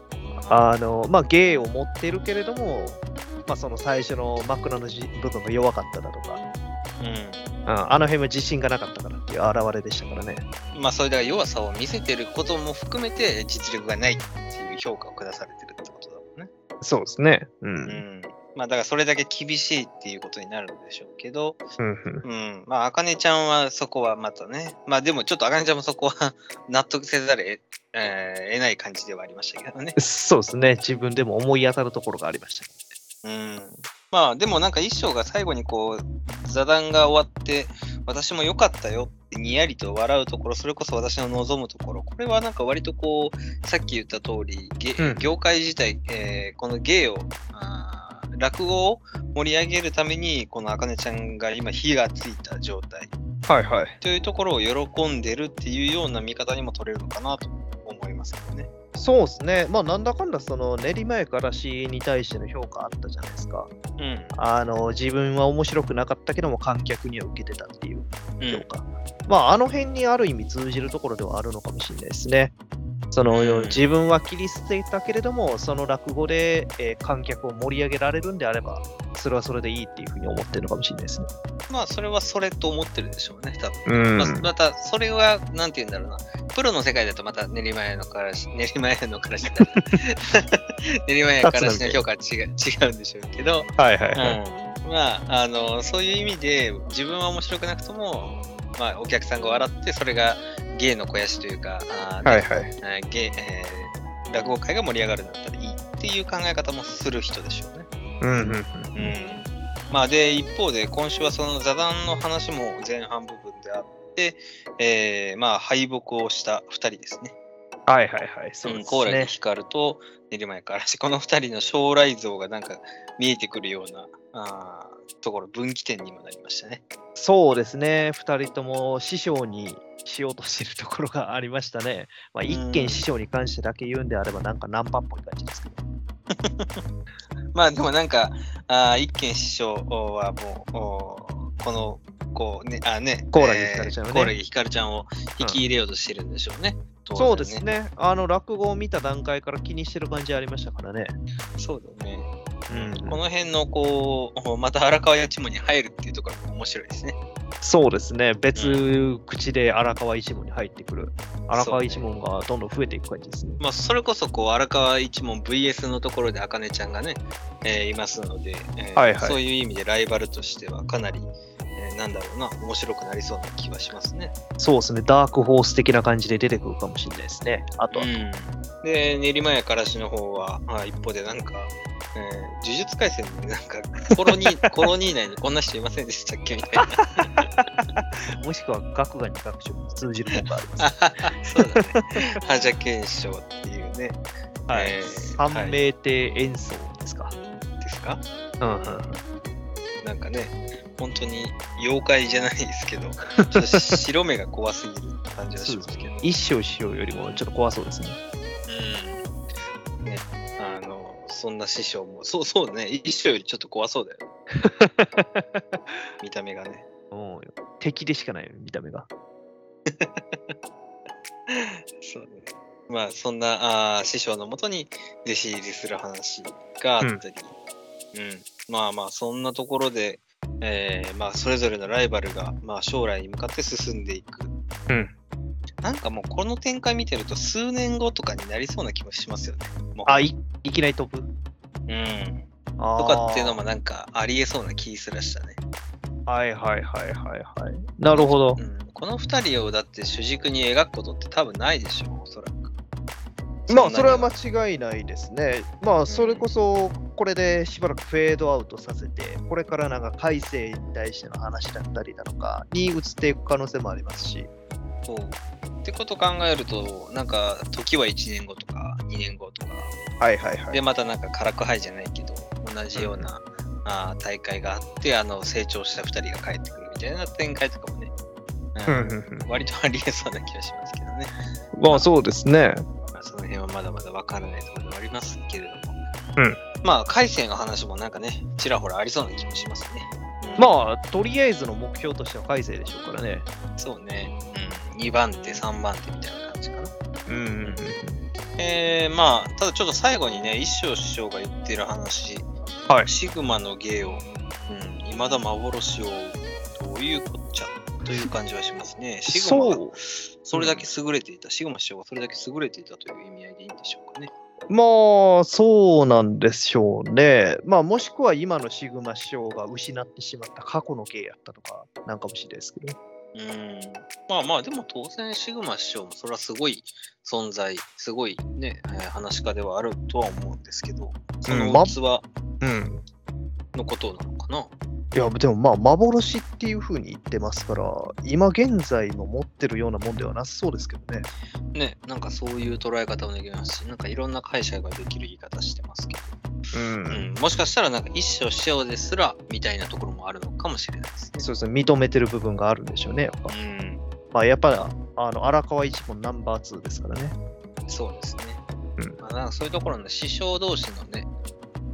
Speaker 2: あの、まあ、芸を持ってるけれども、まあ、その最初の枕のじ部分が弱かっただとか、
Speaker 1: う
Speaker 2: うん、あの辺も自信がなかったからっていう表れでしたからね。
Speaker 1: んまあそれでは弱さを見せてることも含めて実力がないっていう評価を下されてるってことだもんね
Speaker 2: そうですね。う。
Speaker 1: うんんまあだからそれだけ厳しいっていうことになるんでしょうけど、
Speaker 2: うん
Speaker 1: うん、まあ、あかねちゃんはそこはまたね、まあでもちょっとあかねちゃんもそこは [LAUGHS] 納得せざるえ、えー得ない感じではありましたけどね。
Speaker 2: そうですね。自分でも思い当たるところがありまし
Speaker 1: う
Speaker 2: た。
Speaker 1: ん、まあでもなんか一生が最後にこう、座談が終わって、私も良かったよってにやりと笑うところ、それこそ私の望むところ、これはなんか割とこう、さっき言った通り、げ
Speaker 2: うん
Speaker 1: 業界自体、えーこの芸を、あー落語を盛り上げるために、このあかねちゃんが今火がついた状態。
Speaker 2: はいはい。
Speaker 1: というところを喜んでるっていうような見方にも取れるのかなと思いますけどね。
Speaker 2: そうですね。まあ、なんだかんだ、その練馬やからしに対しての評価あったじゃないですか。
Speaker 1: うん。
Speaker 2: あの、自分は面白くなかったけども、観客には受けてたっていう
Speaker 1: う
Speaker 2: 評
Speaker 1: ん、
Speaker 2: 価。まあ、あの辺にある意味通じるところではあるのかもしれないですね。その、
Speaker 1: うん
Speaker 2: 自分は切り捨てたけれども、その落語で、えー観客を盛り上げられるんであれば、それはそれでいいっていうふうに思ってるのかもしれないですね。
Speaker 1: まあそれはそれと思ってるでしょうね、多分。
Speaker 2: うん
Speaker 1: まあまたそれはなんて言うんだろうな。プロの世界だとまた練馬屋のからし、 [LAUGHS] 練馬屋のからしだ [LAUGHS] 練馬屋からしの評価は違う違うんでしょうけど、
Speaker 2: はいは
Speaker 1: うん、まああの、そういう意味で自分は面白くなくとも、まあお客さんが笑って、それが芸の肥やしというか、あーね
Speaker 2: はい。
Speaker 1: えーげえー落語界が盛り上がるんだったらいいっていう考え方もする人でしょうね。
Speaker 2: うんうん
Speaker 1: うんまあ、で一方で今週はその座談の話も前半部分であって、えーまあ、敗北をした2人ですね。
Speaker 2: はいはいはい。そううんで
Speaker 1: 高
Speaker 2: す
Speaker 1: 麗
Speaker 2: ね
Speaker 1: に。光ると練馬やからしこの2人の将来像がなんか見えてくるようなあーところ分岐点にもなりましたね。
Speaker 2: そうですね。二人とも師匠にしようとしてるところがありましたね。まあ、
Speaker 1: うん
Speaker 2: 一見師匠に関してだけ言うんであれば、なんかナンパっぽい感じですけど。
Speaker 1: まあでもなんか、あー一軒師匠はもう、おーこの、こうね、あね、
Speaker 2: コオロギヒカルちゃんをね
Speaker 1: コオロギヒカルちゃんを引き入れようとしてるんでしょうね。当然
Speaker 2: そうです。ね。あの、落語を見た段階から気にしてる感じありましたからね。
Speaker 1: そうだね。
Speaker 2: うん
Speaker 1: この辺の、こう、また荒川八門に入るっていうところも面白いですね。
Speaker 2: そうですね。別口で荒川一門に入ってくる。荒川一門がどんどん増えていく感じですね。
Speaker 1: まあ、それこそ、こう、荒川一門 VS のところで、茜ちゃんがね、えーいますので、えー
Speaker 2: はいはい
Speaker 1: そういう意味でライバルとしては、かなり、えーなんだろうな、面白くなりそうな気はしますね。
Speaker 2: そうですね。ダークホース的な感じで出てくるかもしれないですね。あとは、
Speaker 1: うん、で練馬やからしの方は、まあ、一方でなんか、えー呪術廻戦でなんか [LAUGHS] コロニーコロニー内にこんな人いませんでしたっけみた
Speaker 2: [LAUGHS]
Speaker 1: いな
Speaker 2: もしくは学がに学習に通じる本があります。
Speaker 1: そうだね反射検証っていうね
Speaker 2: はい
Speaker 1: えー
Speaker 2: 三名亭演奏ですか。
Speaker 1: ですか
Speaker 2: うんうんうん
Speaker 1: なんかね本当に妖怪じゃないですけどちょっと白目が怖すぎる感じがしますけど、
Speaker 2: 一生しようよりもちょっと怖そうですね。
Speaker 1: うんねあのそんな師匠もそうそうね一生よりちょっと怖そうだ
Speaker 2: [LAUGHS]
Speaker 1: よ見た目がね
Speaker 2: うん敵でしかないよ見た目が。
Speaker 1: そうね。まあ、そんなあー師匠のもとに弟子入りする話があったり、うん、まあまあ、そんなところで、えーまあ、それぞれのライバルが、まあ、将来に向かって進んでいく。
Speaker 2: うん
Speaker 1: なんかもうこの展開見てると数年後とかになりそうな気もしますよね。もう
Speaker 2: あ、いいきなり飛ぶ
Speaker 1: うん。
Speaker 2: あー
Speaker 1: とかっていうのもなんかありえそうな気すらしたね。
Speaker 2: はいはいはいはいはい。なるほど
Speaker 1: う。ん、この二人をだって主軸に描くことって多分ないでしょう、おそらく。
Speaker 2: まあそれは
Speaker 1: ま
Speaker 2: 間違いないですね。まあそれこそこれでしばらくフェードアウトさせて、これからなんか改正に対しての話だったりだとかに移っていく可能性もありますし、
Speaker 1: そうってこと考えると、なんか時は1年後とか2年後とか、
Speaker 2: はいはいは
Speaker 1: で、。またなんか辛く杯じゃないけど、同じような、あー大会があって、あの成長した二人が帰ってくるみたいな展開とかもね、
Speaker 2: う
Speaker 1: うん
Speaker 2: うん
Speaker 1: ん
Speaker 2: うん
Speaker 1: 割とありえそうな気がしますけどね。
Speaker 2: まあそうですね。
Speaker 1: まあその辺はまだまだ分からないところではありますけれども、
Speaker 2: うん
Speaker 1: まあ、海鮮の話もなんかね、ちらほらありそうな気もしますね。うん
Speaker 2: まあとりあえずの目標としては改正でしょうからね。
Speaker 1: そうね、うん、2番手、3番手みたいな感じかな。
Speaker 2: うん
Speaker 1: んえー、まあ、ただちょっと最後にね、一生師匠が言ってる話、
Speaker 2: はい
Speaker 1: シグマの芸を、うん、未だ幻を追う、どういうこっちゃという感じはします
Speaker 2: [LAUGHS]
Speaker 1: ね。シグマが
Speaker 2: そう。
Speaker 1: それだけ優れていた、シグマ師匠がそれだけ優れていたという意味合いでいいんでしょうかね。
Speaker 2: まあそうなんでしょうね。まあもしくは今のシグマ師匠が失ってしまった過去の芸やったとかなんかもしれないですけど。
Speaker 1: うんまあまあ、でも当然、シグマ師匠もそれはすごい存在、すごいね、えー話し家ではあるとは思うんですけど、その
Speaker 2: ま
Speaker 1: 器
Speaker 2: うん。
Speaker 1: のことなのかな。
Speaker 2: いやでもまあ幻っていうふうに言ってますから今現在も持ってるようなもんではなさそうですけどね。
Speaker 1: ね、なんかそういう捉え方もできますし、なんかいろんな解釈ができる言い方してますけど、
Speaker 2: う
Speaker 1: う。ん、もしかしたらなんか一生師匠ですらみたいなところもあるのかもしれないですね。
Speaker 2: そうですね認めてる部分があるんでしょうね。やっぱ,、
Speaker 1: うん、
Speaker 2: まあ、やっぱあの荒川一門ナンバー2ですからね。
Speaker 1: そうですね。
Speaker 2: うん
Speaker 1: まあ、なんかそういうところの師匠同士のね、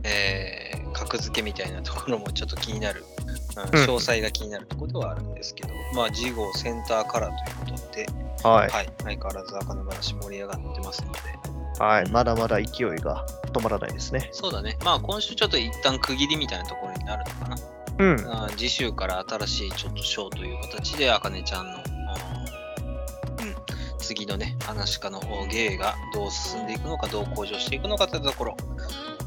Speaker 1: えー格付けみたいなところもちょっと気になる、うん
Speaker 2: うん
Speaker 1: 詳細が気になるところではあるんですけど、まあ、次号センターからということで、
Speaker 2: はい。
Speaker 1: はい、相変わらず赤の話盛り上がってますので、
Speaker 2: はい。まだまだ勢いが止まらないですね。
Speaker 1: そうだね、まあ今週ちょっと一旦区切りみたいなところになるのかな。
Speaker 2: うん。
Speaker 1: あー次週から新しいちょっとショーという形で、あかねちゃんの、あのうん、次のね、話し家のお芸がどう進んでいくのか、どう向上していくのかというところ、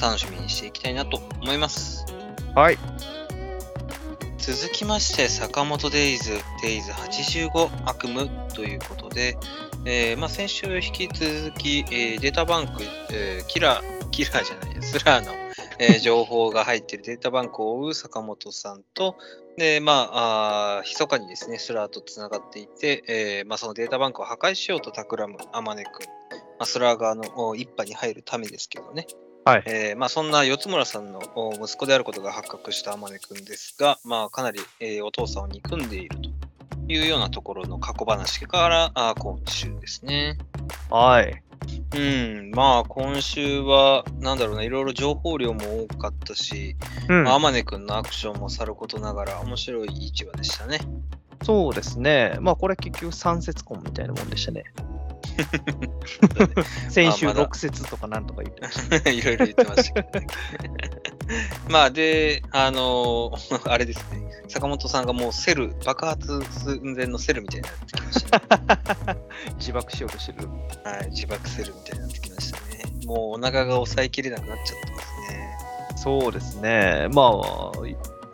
Speaker 1: 楽しみにしていきたいなと思います。
Speaker 2: はい。
Speaker 1: 続きまして、坂本デイズ、デイズ85悪夢ということで、えーまあ、先週引き続き、えーデータバンク、えーキラー、キラーじゃない、スラーの、えー情報が入っているデータバンクを追う坂本さんと、で、まあ、あー密かにですね、スラーとつながっていて、えーまあ、そのデータバンクを破壊しようと企む天音君、まあ、スラー側のお一派に入るためですけどね、
Speaker 2: はい。
Speaker 1: えーまあ、そんな四村さんのお息子であることが発覚した天音くんですが、まあ、かなり、えーお父さんを憎んでいるというようなところの過去話からあー今週ですね。
Speaker 2: はい。
Speaker 1: うん、まあ今週は、なんだろうな、いろいろ情報量も多かったし、
Speaker 2: うん
Speaker 1: まあ天音くんのアクションもさることながら面白い一話でしたね。 [LAUGHS]
Speaker 2: そうですね。まあこれ結局3節婚みたいなもんでしたね。 [LAUGHS] 先週
Speaker 1: まあまだ
Speaker 2: 6節とかなんとか言ってました。
Speaker 1: いろいろ言ってましたけどね。 [LAUGHS] まあで、あのー [LAUGHS] あれですね、坂本さんがもうセル、爆発寸前のセルみたいになってきましたね
Speaker 2: 自爆しようとしてる。
Speaker 1: はい、自爆するみたいになってきましたね。もうお腹が抑えきれなくなっちゃってますね。
Speaker 2: そうですね。まあ、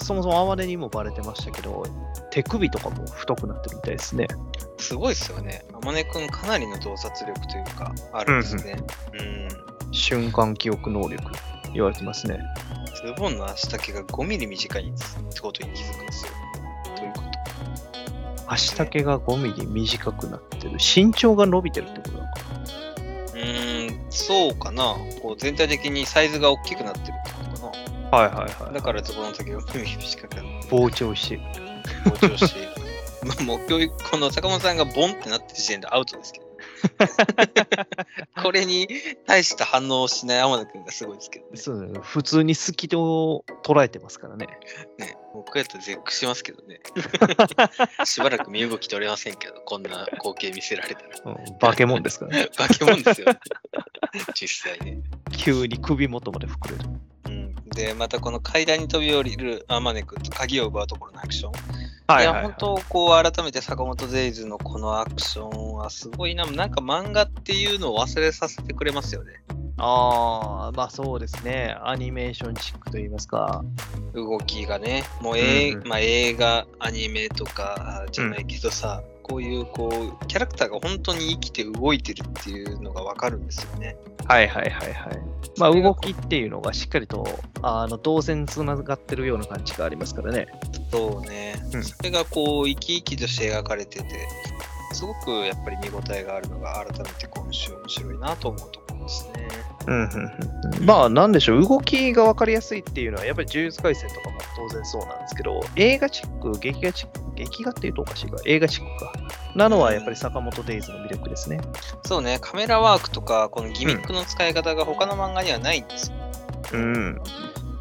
Speaker 2: そもそもあまりにもバレてましたけど、手首とかも太くなってるみたいですね。
Speaker 1: すごいですよね。あまねくん、かなりの洞察力というか、あるんですね。うん。
Speaker 2: 瞬間記憶能力、言われてますね。
Speaker 1: ズボンの足丈が5ミリ短いんですってことに気づくんですよ。どういうこ
Speaker 2: 足丈が5ミリ短くなってる。身長が伸びてるってことなのか
Speaker 1: とうーん、そうかな。こう全体的にサイズが大きくなってるってことか
Speaker 2: な。はいはい
Speaker 1: な。
Speaker 2: は
Speaker 1: だからズボンの丈が5ミリ短くなって、
Speaker 2: 膨張してる。
Speaker 1: 膨張している。まあ、もう教育、この坂本さんがボンってなってる時点でアウトですけど。これに対して反応しない天野くんがすごいですけどね。
Speaker 2: そうですね。普通に隙を捉えてますからね。
Speaker 1: ね僕やったら絶句しますけどね。しばらく身動き取れませんけど、こんな光景見せられたら。
Speaker 2: うん、化け物ですからね。
Speaker 1: 化け物ですよ。実際ね。
Speaker 2: 急に首元まで膨れる。
Speaker 1: うん、で、またこの階段に飛び降りる天音くんと鍵を奪うところのアクション。
Speaker 2: はいい
Speaker 1: や、
Speaker 2: はい、
Speaker 1: 本当こう、改めて坂本デイズのこのアクションはすごいな。なんか漫画っていうのを忘れさせてくれますよね。
Speaker 2: ああ、まあそうですね。アニメーションチックと言いますか。
Speaker 1: 動きがね。もう、え
Speaker 2: うんうん
Speaker 1: まあ、映画、アニメとかじゃないけどさ、こういうこう、キャラクターが本当に生きて動いてるっていうのがわかるんですよね。
Speaker 2: はいはいはいはい。まあ動きっていうのがしっかりと、あの、動線つながってるような感じがありますからね。
Speaker 1: そうね、
Speaker 2: うん
Speaker 1: それがこう生き生きとして描かれててすごくやっぱり見応えがあるのが改めて今週面白いなと思うところですね。
Speaker 2: うんうんうん、まあなんでしょう動きが分かりやすいっていうのはやっぱり呪術廻戦とかも当然そうなんですけど映画チック劇画チック劇画っていうとおかしいか映画チックかなのはやっぱり坂本デイズの魅力ですね
Speaker 1: そうねカメラワークとかこのギミックの使い方が他の漫画にはないんですよ、
Speaker 2: うん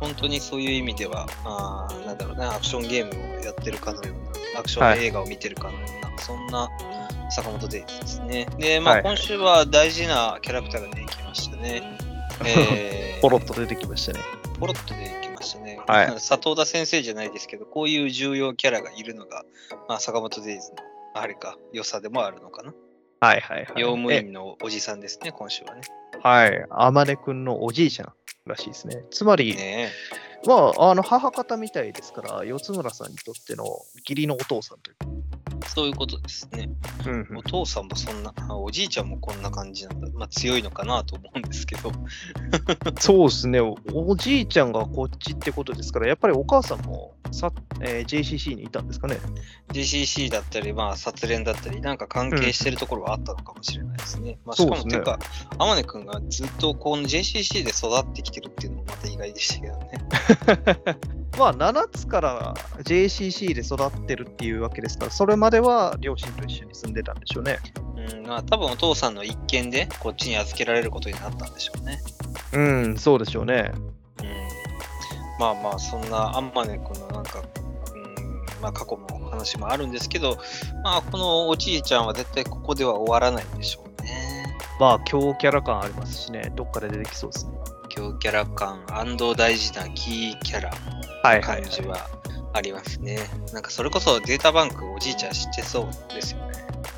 Speaker 1: 本当にそういう意味ではあーなんだろうなアクションゲームをやってるかのようなアクション映画を見てるかのような、そんな坂本デイズですね。でま
Speaker 2: は
Speaker 1: あ
Speaker 2: いはい
Speaker 1: 今週は大事なキャラクターが出てきましたね。えー
Speaker 2: [LAUGHS] ポロッと出てきましたね
Speaker 1: ポロッと出てきましたね。
Speaker 2: はい
Speaker 1: 佐藤田先生じゃないですけど、こういう重要キャラがいるのが、まあ、坂本デイズの、あれか、良さでもあるのかな。
Speaker 2: はいはいはい
Speaker 1: 用務
Speaker 2: え
Speaker 1: 員のおじさんですね、今週はね。
Speaker 2: はいあまねくんのおじいちゃんらしいですねつまり、
Speaker 1: ね
Speaker 2: まああの母方みたいですから四つ村さんにとっての義理のお父さんという
Speaker 1: えそういうことですね。
Speaker 2: か、
Speaker 1: お父さんもそんな、あおじいちゃんもこんな感じなんだ。まあ、強いのかなと思うんですけど。 [LAUGHS]
Speaker 2: そうですね、おおじいちゃんがこっちってことですから、やっぱりお母さんもさ、えー JCC にいたんですかね。
Speaker 1: GCC だったり、まあ、殺練だったり、なんか関係してるところはあったのかもしれないですね。まあ、しかも、
Speaker 2: そう
Speaker 1: て
Speaker 2: ですね
Speaker 1: いうか、天音くんがずっとこの JCC で育ってきてるっていうのもまた意外でしたけどね。
Speaker 2: まあ、7つから JCC で育ってるっていうわけですから、それまでは両親と一緒に住んでたんでしょうね。
Speaker 1: うん、まあ多分お父さんの一件でこっちに預けられることになったんでしょうね。
Speaker 2: うん、そうでしょうね。
Speaker 1: うん、まあまあそんなアンマネ君のなんか、うんまあ、過去の話もあるんですけど、まあ、このおじいちゃんは絶対ここでは終わらないんでしょうね。
Speaker 2: まあ、強キャラ感ありますしね、どっかで出てきそうですね。
Speaker 1: 強キャラ感大事なキーキャラ
Speaker 2: はい
Speaker 1: 感じはありますね。なんかそれこそデータバンクおじいちゃん知ってそうですよね。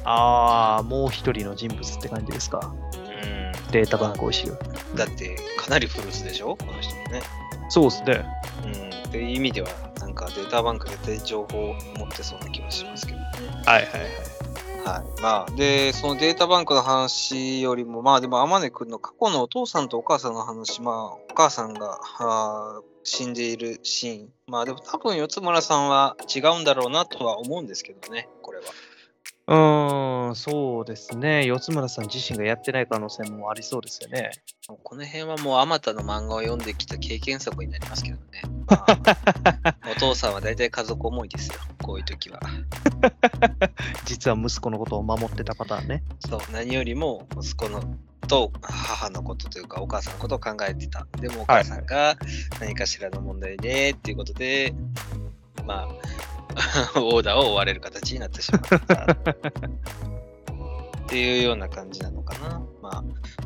Speaker 2: ああ、もう一人の人物って感じですか。
Speaker 1: うん、
Speaker 2: データバンクを知る。
Speaker 1: だってかなり古巣でしょこの人もね。
Speaker 2: そうですね。
Speaker 1: うん、という意味では、なんかデータバンク絶対情報を持ってそうな気もしますけどね。
Speaker 2: はいはいはい。
Speaker 1: はい。まあ、で、そのデータバンクの話よりも、まあでも、天音くんの過去のお父さんとお母さんの話、まあ、お母さんがあー死んでいるシーン。まあでも、多分、四村さんは違うんだろうなとは思うんですけどね、これは。
Speaker 2: うーん、そうですね。四村さん自身がやってない可能性もありそうですよね。
Speaker 1: この辺はもう、あまたの漫画を読んできた経験則になりますけどね。まあ [LAUGHS] お父さんは大体家族思いですよ、こういう時は。
Speaker 2: 実は息子のことを守ってたパターンね。
Speaker 1: そう何よりも息子のと母のことというかお母さんのことを考えてたでもお母さんが何かしらの問題でっていうことで、まあ [LAUGHS] オーダーを追われる形になってしまった
Speaker 2: [LAUGHS]
Speaker 1: っていうような感じなのかなまあ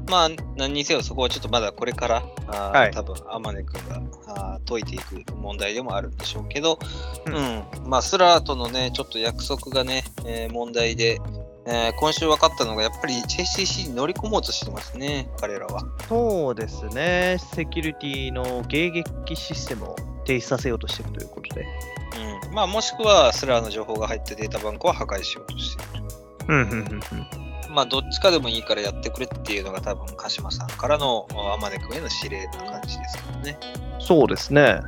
Speaker 1: まあ何にせよそこはちょっとまだこれからあー、
Speaker 2: はい
Speaker 1: 多分天音くんがあー解いていく問題でもあるんでしょうけど、う
Speaker 2: うん
Speaker 1: まあスラーとのねちょっと約束がね、えー問題でえー今週分かったのが、やっぱり JCC に乗り込もうとしてますね、彼らは。
Speaker 2: そうですね。セキュリティの迎撃システムを停止させようとしてるということで。
Speaker 1: うん。まあ、もしくは、スラーの情報が入ってデータバンクを破壊しようとしている。
Speaker 2: うんうんうん
Speaker 1: まあ、どっちかでもいいからやってくれっていうのが多分、鹿島さんからのあ天音君への指令な感じですけどね。
Speaker 2: そうですね。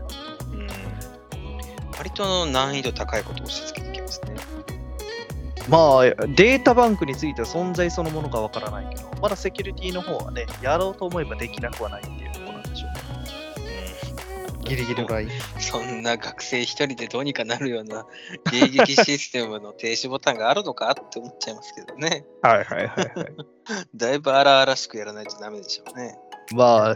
Speaker 1: うん。割と難易度高いことを押し付けてきますね。
Speaker 2: まあ、データバンクについては存在そのものかわからないけど、まだセキュリティの方はね、やろうと思えばできなくはないっていうところなんでしょうね。ギリギリのライン。
Speaker 1: うん。そんな学生一人でどうにかなるような迎撃システムの停止ボタンがあるのかって思っちゃいますけどね。
Speaker 2: はいはいはいはい。
Speaker 1: だいぶ荒々しくやらないとダメでしょうね。
Speaker 2: まあ、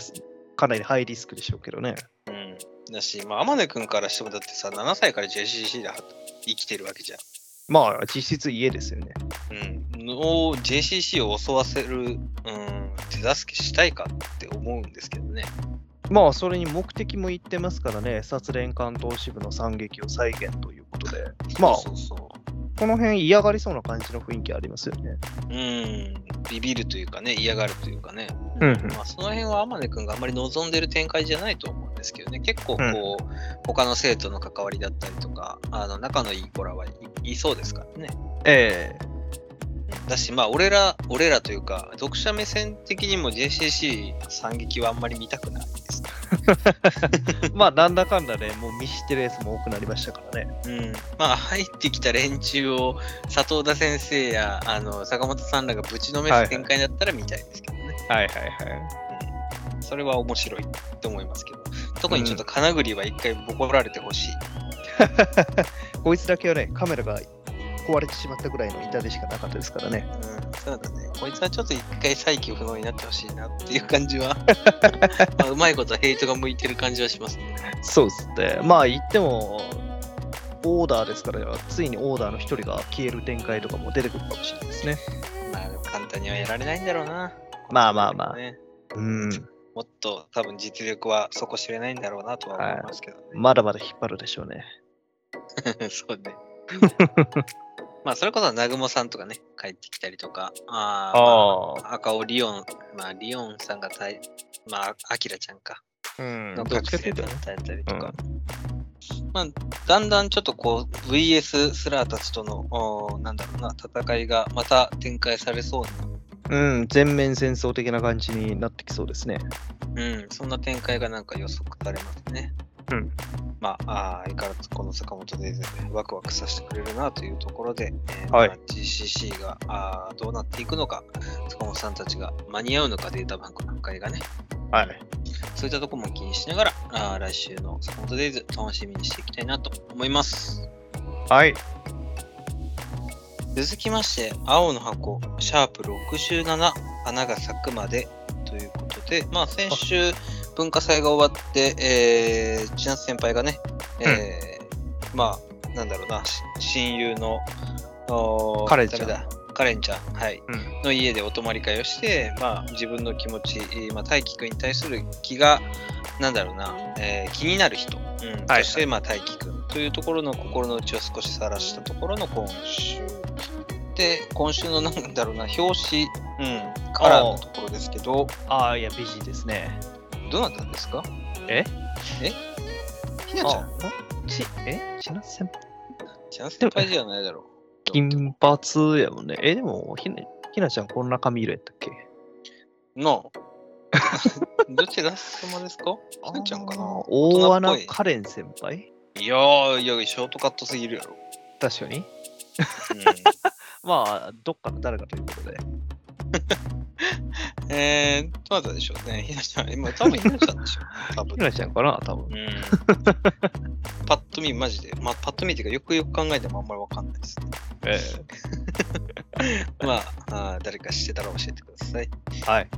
Speaker 2: かなりハイリスクでしょうけどね。
Speaker 1: うん。だし、まあ、天音君からしてもだってさ、7歳から JCC で生きてるわけじゃん。
Speaker 2: まあ、実質家ですよね。
Speaker 1: うん。の JCC を襲わせる、うん、手助けしたいかって思うんですけどね。
Speaker 2: まあそれに目的も言ってますからね、殺連関東支部の惨劇を再現ということで、まあ
Speaker 1: そうそうそ
Speaker 2: この辺嫌がりそうな感じの雰囲気ありますよね。
Speaker 1: う。うん、ビビるというかね、嫌がるというかね。
Speaker 2: うんうん
Speaker 1: まあ、その辺は天音君があまり望んでる展開じゃないと思うんですけどね、結構こう、他の生徒の関わりだったりとか、あの仲のいい子らはい、いそうですからね。
Speaker 2: え
Speaker 1: だし、まあ、俺ら、俺らというか、読者目線的にも JCC 惨劇はあんまり見たくないです。
Speaker 2: えまあなんだかんだね、もう見知ってるやつも多くなりましたからね。
Speaker 1: うん。まあ、入ってきた連中を佐藤田先生や、あの、坂本さんらがぶちのめ
Speaker 2: はいは
Speaker 1: す
Speaker 2: い
Speaker 1: 展開だったら見たいですけどね。
Speaker 2: はいはいはい。
Speaker 1: それは面白いと思いますけど、特にちょっと金栗は一回ボコられてほしい。
Speaker 2: こいつだけはね、カメラが壊れてしまったぐらいの痛手しかなかったですからね。
Speaker 1: うん、そうだね。こいつはちょっと一回再起不能になってほしいなっていう感じ
Speaker 2: [LAUGHS]
Speaker 1: は、まあ、うまいことヘイトが向いてる感じはしますね。
Speaker 2: そうですね。まあ言っても、オーダーですから、ついにオーダーの一人が消える展開とかも出てくるかもしれないですね。
Speaker 1: まあ、簡単にはやられないんだろうな。
Speaker 2: まあまあまあ
Speaker 1: ね
Speaker 2: うん。
Speaker 1: もっと多分実力はそこ知れないんだろうなとは思いますけどね。
Speaker 2: まだまだ引っ張るでしょうね。
Speaker 1: [LAUGHS] そうね。まあ、それこそ南雲さんとかね、帰ってきたりとか、あー
Speaker 2: あ
Speaker 1: まあ赤尾リオン、まあ、リオンさんがたい、まあ、アキラちゃんか。
Speaker 2: うん
Speaker 1: の学生だったりとか、まあ、だんだんちょっとこう VS スラーたちとのおーなんだろうな戦いがまた展開されそう
Speaker 2: うん、全面戦争的な感じになってきそうですね。
Speaker 1: な、うん、そんな展開がなんか予測されますね。
Speaker 2: うん
Speaker 1: まあ、あー相変わらずこの坂本先生、ワクワクさせてくれるなというところで、えー
Speaker 2: はい
Speaker 1: まあ GCC があーどうなっていくのか、坂本さんたちが間に合うのか、データバンクの破壊がね、
Speaker 2: はい。
Speaker 1: そういったところも気にしながら、あー来週の坂本デイズ楽しみにしていきたいなと思います。
Speaker 2: はい。
Speaker 1: 続きまして、青の箱、シャープ67、花が咲くまでということで、まあ、先週、文化祭が終わって、えー、千夏先輩がね、えーまあ、なんだろうな、し親友の、おー
Speaker 2: カレンちゃん
Speaker 1: 誰だカレンちゃん、はい、
Speaker 2: うん
Speaker 1: の家でお泊まり会をして、まあ、自分の気持ち、えーまあ、大輝くんに対する気が、なんだろうな、えー気になる人、うん
Speaker 2: はい
Speaker 1: そして、まあ、大輝くんというところの心の内を少しさらしたところの今週で今週のなんだろうな表紙、うん、カラーのところですけど
Speaker 2: ああ、いや、美人ですね。
Speaker 1: どうなったんですか
Speaker 2: え
Speaker 1: えひなちゃん
Speaker 2: ち、えちな先輩
Speaker 1: ちゃん先輩じゃないだろう
Speaker 2: 金髪やもんね。え、でも、ひなひなちゃんこんな髪色やったっけ
Speaker 1: の [LAUGHS] どちら様ですかひなちゃんか
Speaker 2: あ
Speaker 1: な
Speaker 2: ー大
Speaker 1: 大人っ
Speaker 2: 穴
Speaker 1: ぽい
Speaker 2: カレン先輩
Speaker 1: いやーいやショートカットすぎるやろ、
Speaker 2: 確かに。まあ、どっかの誰かということで。
Speaker 1: うん、えー、どなたでしょうねひなちゃん今多分ひなちゃんでしょ
Speaker 2: [LAUGHS]
Speaker 1: う多分
Speaker 2: ひなちゃんかな多分。
Speaker 1: うんパッと見、マジで。まあ、パッと見っていうか、よくよく考えてもあんまりわかんないです。
Speaker 2: え
Speaker 1: まあ、あー誰か知ってたら教えてください。
Speaker 2: えはい。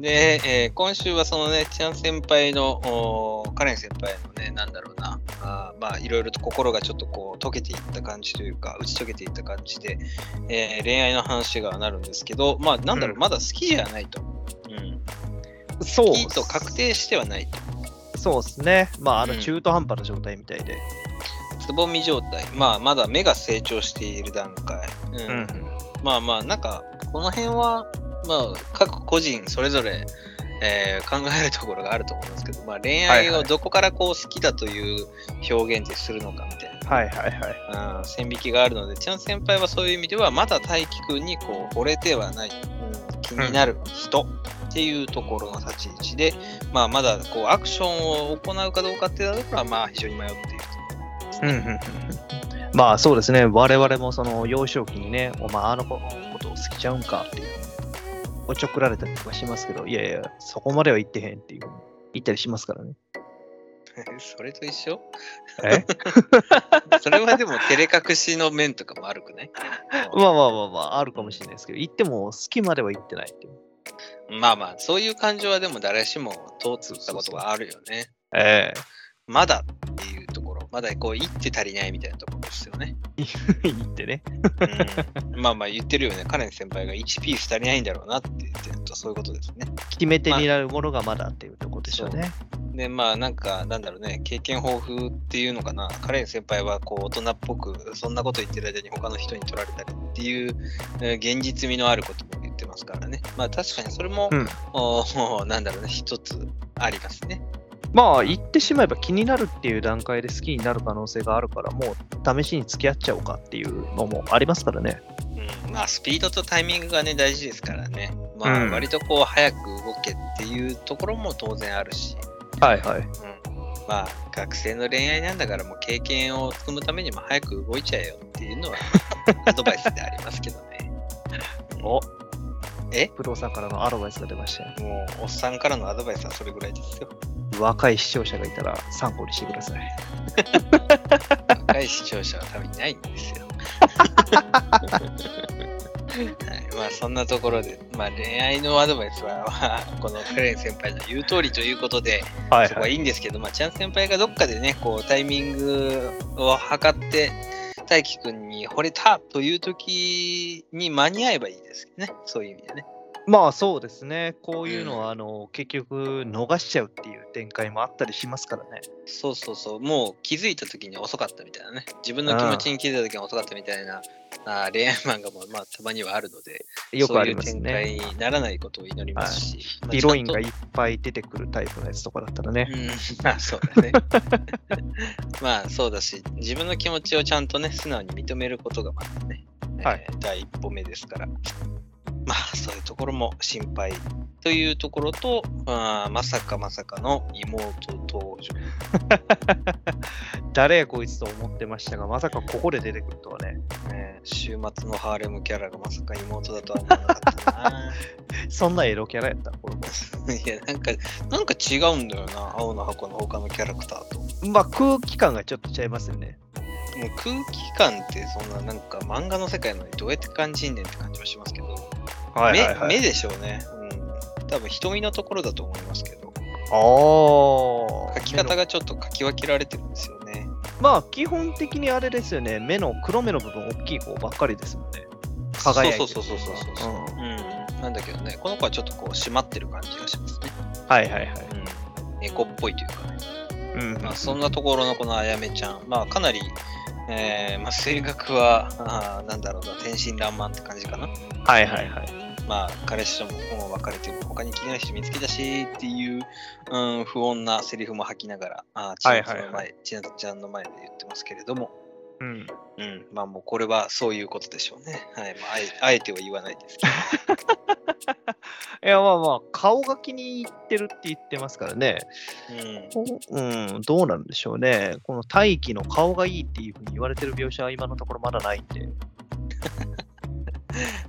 Speaker 1: で、えー今週はそのね、チャン先輩の、おーカレン先輩のね、なんだろうな、あーまあ、いろいろと心がちょっとこう、溶けていった感じというか、打ち解けていった感じで、えー恋愛の話がなるんですけど、まあ、なんだろう、
Speaker 2: うん
Speaker 1: まだ好きじゃないと。うん。
Speaker 2: そう
Speaker 1: 好
Speaker 2: っ
Speaker 1: き
Speaker 2: す。
Speaker 1: と確定してはないと。
Speaker 2: そうですね。まあ、あ
Speaker 1: うん
Speaker 2: の、中途半端な状態みたいで。
Speaker 1: つぼみ状態。まあ、まだ目が成長している段階。うんまあまあ、なんか、この辺は、まあ、各個人それぞれ、えー考えるところがあると思いますけど、まあ、恋愛
Speaker 2: はいは
Speaker 1: を
Speaker 2: い
Speaker 1: どこからこう好きだという表現でするのかみたい
Speaker 2: はいはいはい。
Speaker 1: な、うん線引きがあるので、ちゃん先輩はそういう意味では、まだ大輝くんにこう惚れてはない、うん気になる人っていうところの立ち位置で、まあ、まだこうアクションを行うかどうかっていうところは、まあ、非常に迷っていると
Speaker 2: うんうんうんうんまあそうですね、我々もその幼少期にね、お前あの子のことを好きちゃうんかっていう、おちょくられたりとかしますけど、いやいや、そこまでは言ってへんっていう、言ったりしますからね。
Speaker 1: それと一緒
Speaker 2: え
Speaker 1: [LAUGHS] それはでも照れ隠しの面とか [LAUGHS] も悪くない
Speaker 2: まあまあまあまあ、あるかもしれないですけど、言っても好きまでは言ってないっていう。
Speaker 1: まあまあ、そういう感情はでも誰しも通ったことがあるよね。
Speaker 2: え
Speaker 1: まだっていうところ、まだこう言って足りないみたいなところですよね。
Speaker 2: え言ってね。
Speaker 1: うん、まあまあ言ってるよね。カレン先輩が1ピース足りないんだろうなって言ってるとそういうことですね。
Speaker 2: 決め手になるものがまだっていうところでしょうね。
Speaker 1: で、まあ、なんか、なんだろうね、経験豊富っていうのかな、カレン先輩はこう大人っぽく、そんなこと言ってる間に他の人に取られたりっていう、えー現実味のあることも言ってますからね。まあ、確かにそれも、
Speaker 2: うん
Speaker 1: おーなんだろうね、一つありますね。
Speaker 2: まあ、言ってしまえば気になるっていう段階で好きになる可能性があるから、もう試しに付き合っちゃおうかっていうのもありますからね。
Speaker 1: うん、まあ、スピードとタイミングがね、大事ですからね。まあ、
Speaker 2: うん
Speaker 1: 割とこう、早く動けっていうところも当然あるし。
Speaker 2: はいはい。
Speaker 1: うんまあ学生の恋愛なんだからもう経験を積むためにも早く動いちゃえよっていう
Speaker 2: [LAUGHS]
Speaker 1: のはアドバイスでありますけどね。
Speaker 2: お
Speaker 1: え
Speaker 2: プロさんからのアドバイスが出ましたよ。
Speaker 1: もうおっさんからのアドバイスはそれぐらいですよ。
Speaker 2: 若い視聴者がいたら参考にしてください。
Speaker 1: 若い視聴者は多分いないんですよ。はい、まあそんなところで、まあ、恋愛のアドバイスは、まあこのカレン先輩の言う通りということで、
Speaker 2: はい
Speaker 1: そこはいいんですけど、まあ、ちゃん先輩がどっかでね、こう、タイミングを測って、大輝くんに惚れたという時に間に合えばいいですね。そういう意味でね。
Speaker 2: まあそうですね、こういうのはあの結局逃しちゃうっていう展開もあったりしますからね。
Speaker 1: そうそうそう。もう気づいた時に遅かったみたいなね。自分の気持ちに気づいた時に遅かったみたいな、あー恋愛漫画もまあたまにはあるので、
Speaker 2: よくあります
Speaker 1: そういう
Speaker 2: ね。
Speaker 1: 展開にならないことを祈りますし。まあ
Speaker 2: ヒロインが
Speaker 1: ち
Speaker 2: いっぱい出てくるタイプのやつとかだったら
Speaker 1: ゃ
Speaker 2: ね。
Speaker 1: んとうん、 [LAUGHS] まあそうだね。まあそうだし、自分の気持ちをちゃんとね、素直に認めることがまずね、
Speaker 2: はい
Speaker 1: えー第一歩目ですから、まあそういうところも心配というところと、まあ、まさかまさかの妹登場。
Speaker 2: 誰やこいつと思ってましたが、まさかここで出てくるとはね。
Speaker 1: ね週末のハーレムキャラがまさか妹だとは思わなかった
Speaker 2: [LAUGHS]
Speaker 1: な。
Speaker 2: そんなエロキャラやった、これも。
Speaker 1: いや、なんか、なんか違うんだよな、青の箱の他のキャラクターと。
Speaker 2: まあ空気感がちょっとちゃいますよね。
Speaker 1: もう空気感ってそんななんか漫画の世界なのにどうやって感じんねんって感じはしますけど、
Speaker 2: は
Speaker 1: 目目でしょうね、うん、多分瞳のところだと思いますけど
Speaker 2: ああ。
Speaker 1: 書き方がちょっと書き分けられてるんですよね
Speaker 2: まあ基本的にあれですよね、目の黒目の部分大きい方ばっかりですもんね。輝いてる
Speaker 1: そうそうそうそうそうそう
Speaker 2: うん
Speaker 1: うんなんだけどねこの子はちょっとこう締まってる感じがしますね、
Speaker 2: はいはいはい。
Speaker 1: うん、猫っぽいというかね、
Speaker 2: うん
Speaker 1: まあ、そんなところのこのあやめちゃんまあかなりえーまあ、性格はあーなんだろうな天真爛漫って感じかな
Speaker 2: はいはいはい。
Speaker 1: まあ、彼氏とももう別れても他に気になる人見つけたしっていう、うん、不穏なセリフも吐きながら、あー
Speaker 2: はい
Speaker 1: 千夏
Speaker 2: はいはい
Speaker 1: の前、千夏ちゃんの前で言ってますけれども、
Speaker 2: うん
Speaker 1: うん、まあもうこれはそういうことでしょうね。はい、まあ、あえあえては言わないですけど。
Speaker 2: いやまあまあ顔が気に入ってるって言ってますからね、
Speaker 1: うん
Speaker 2: こううん、どうなんでしょうねこの大気の顔がいいっていうふうに言われてる描写は今のところまだないんで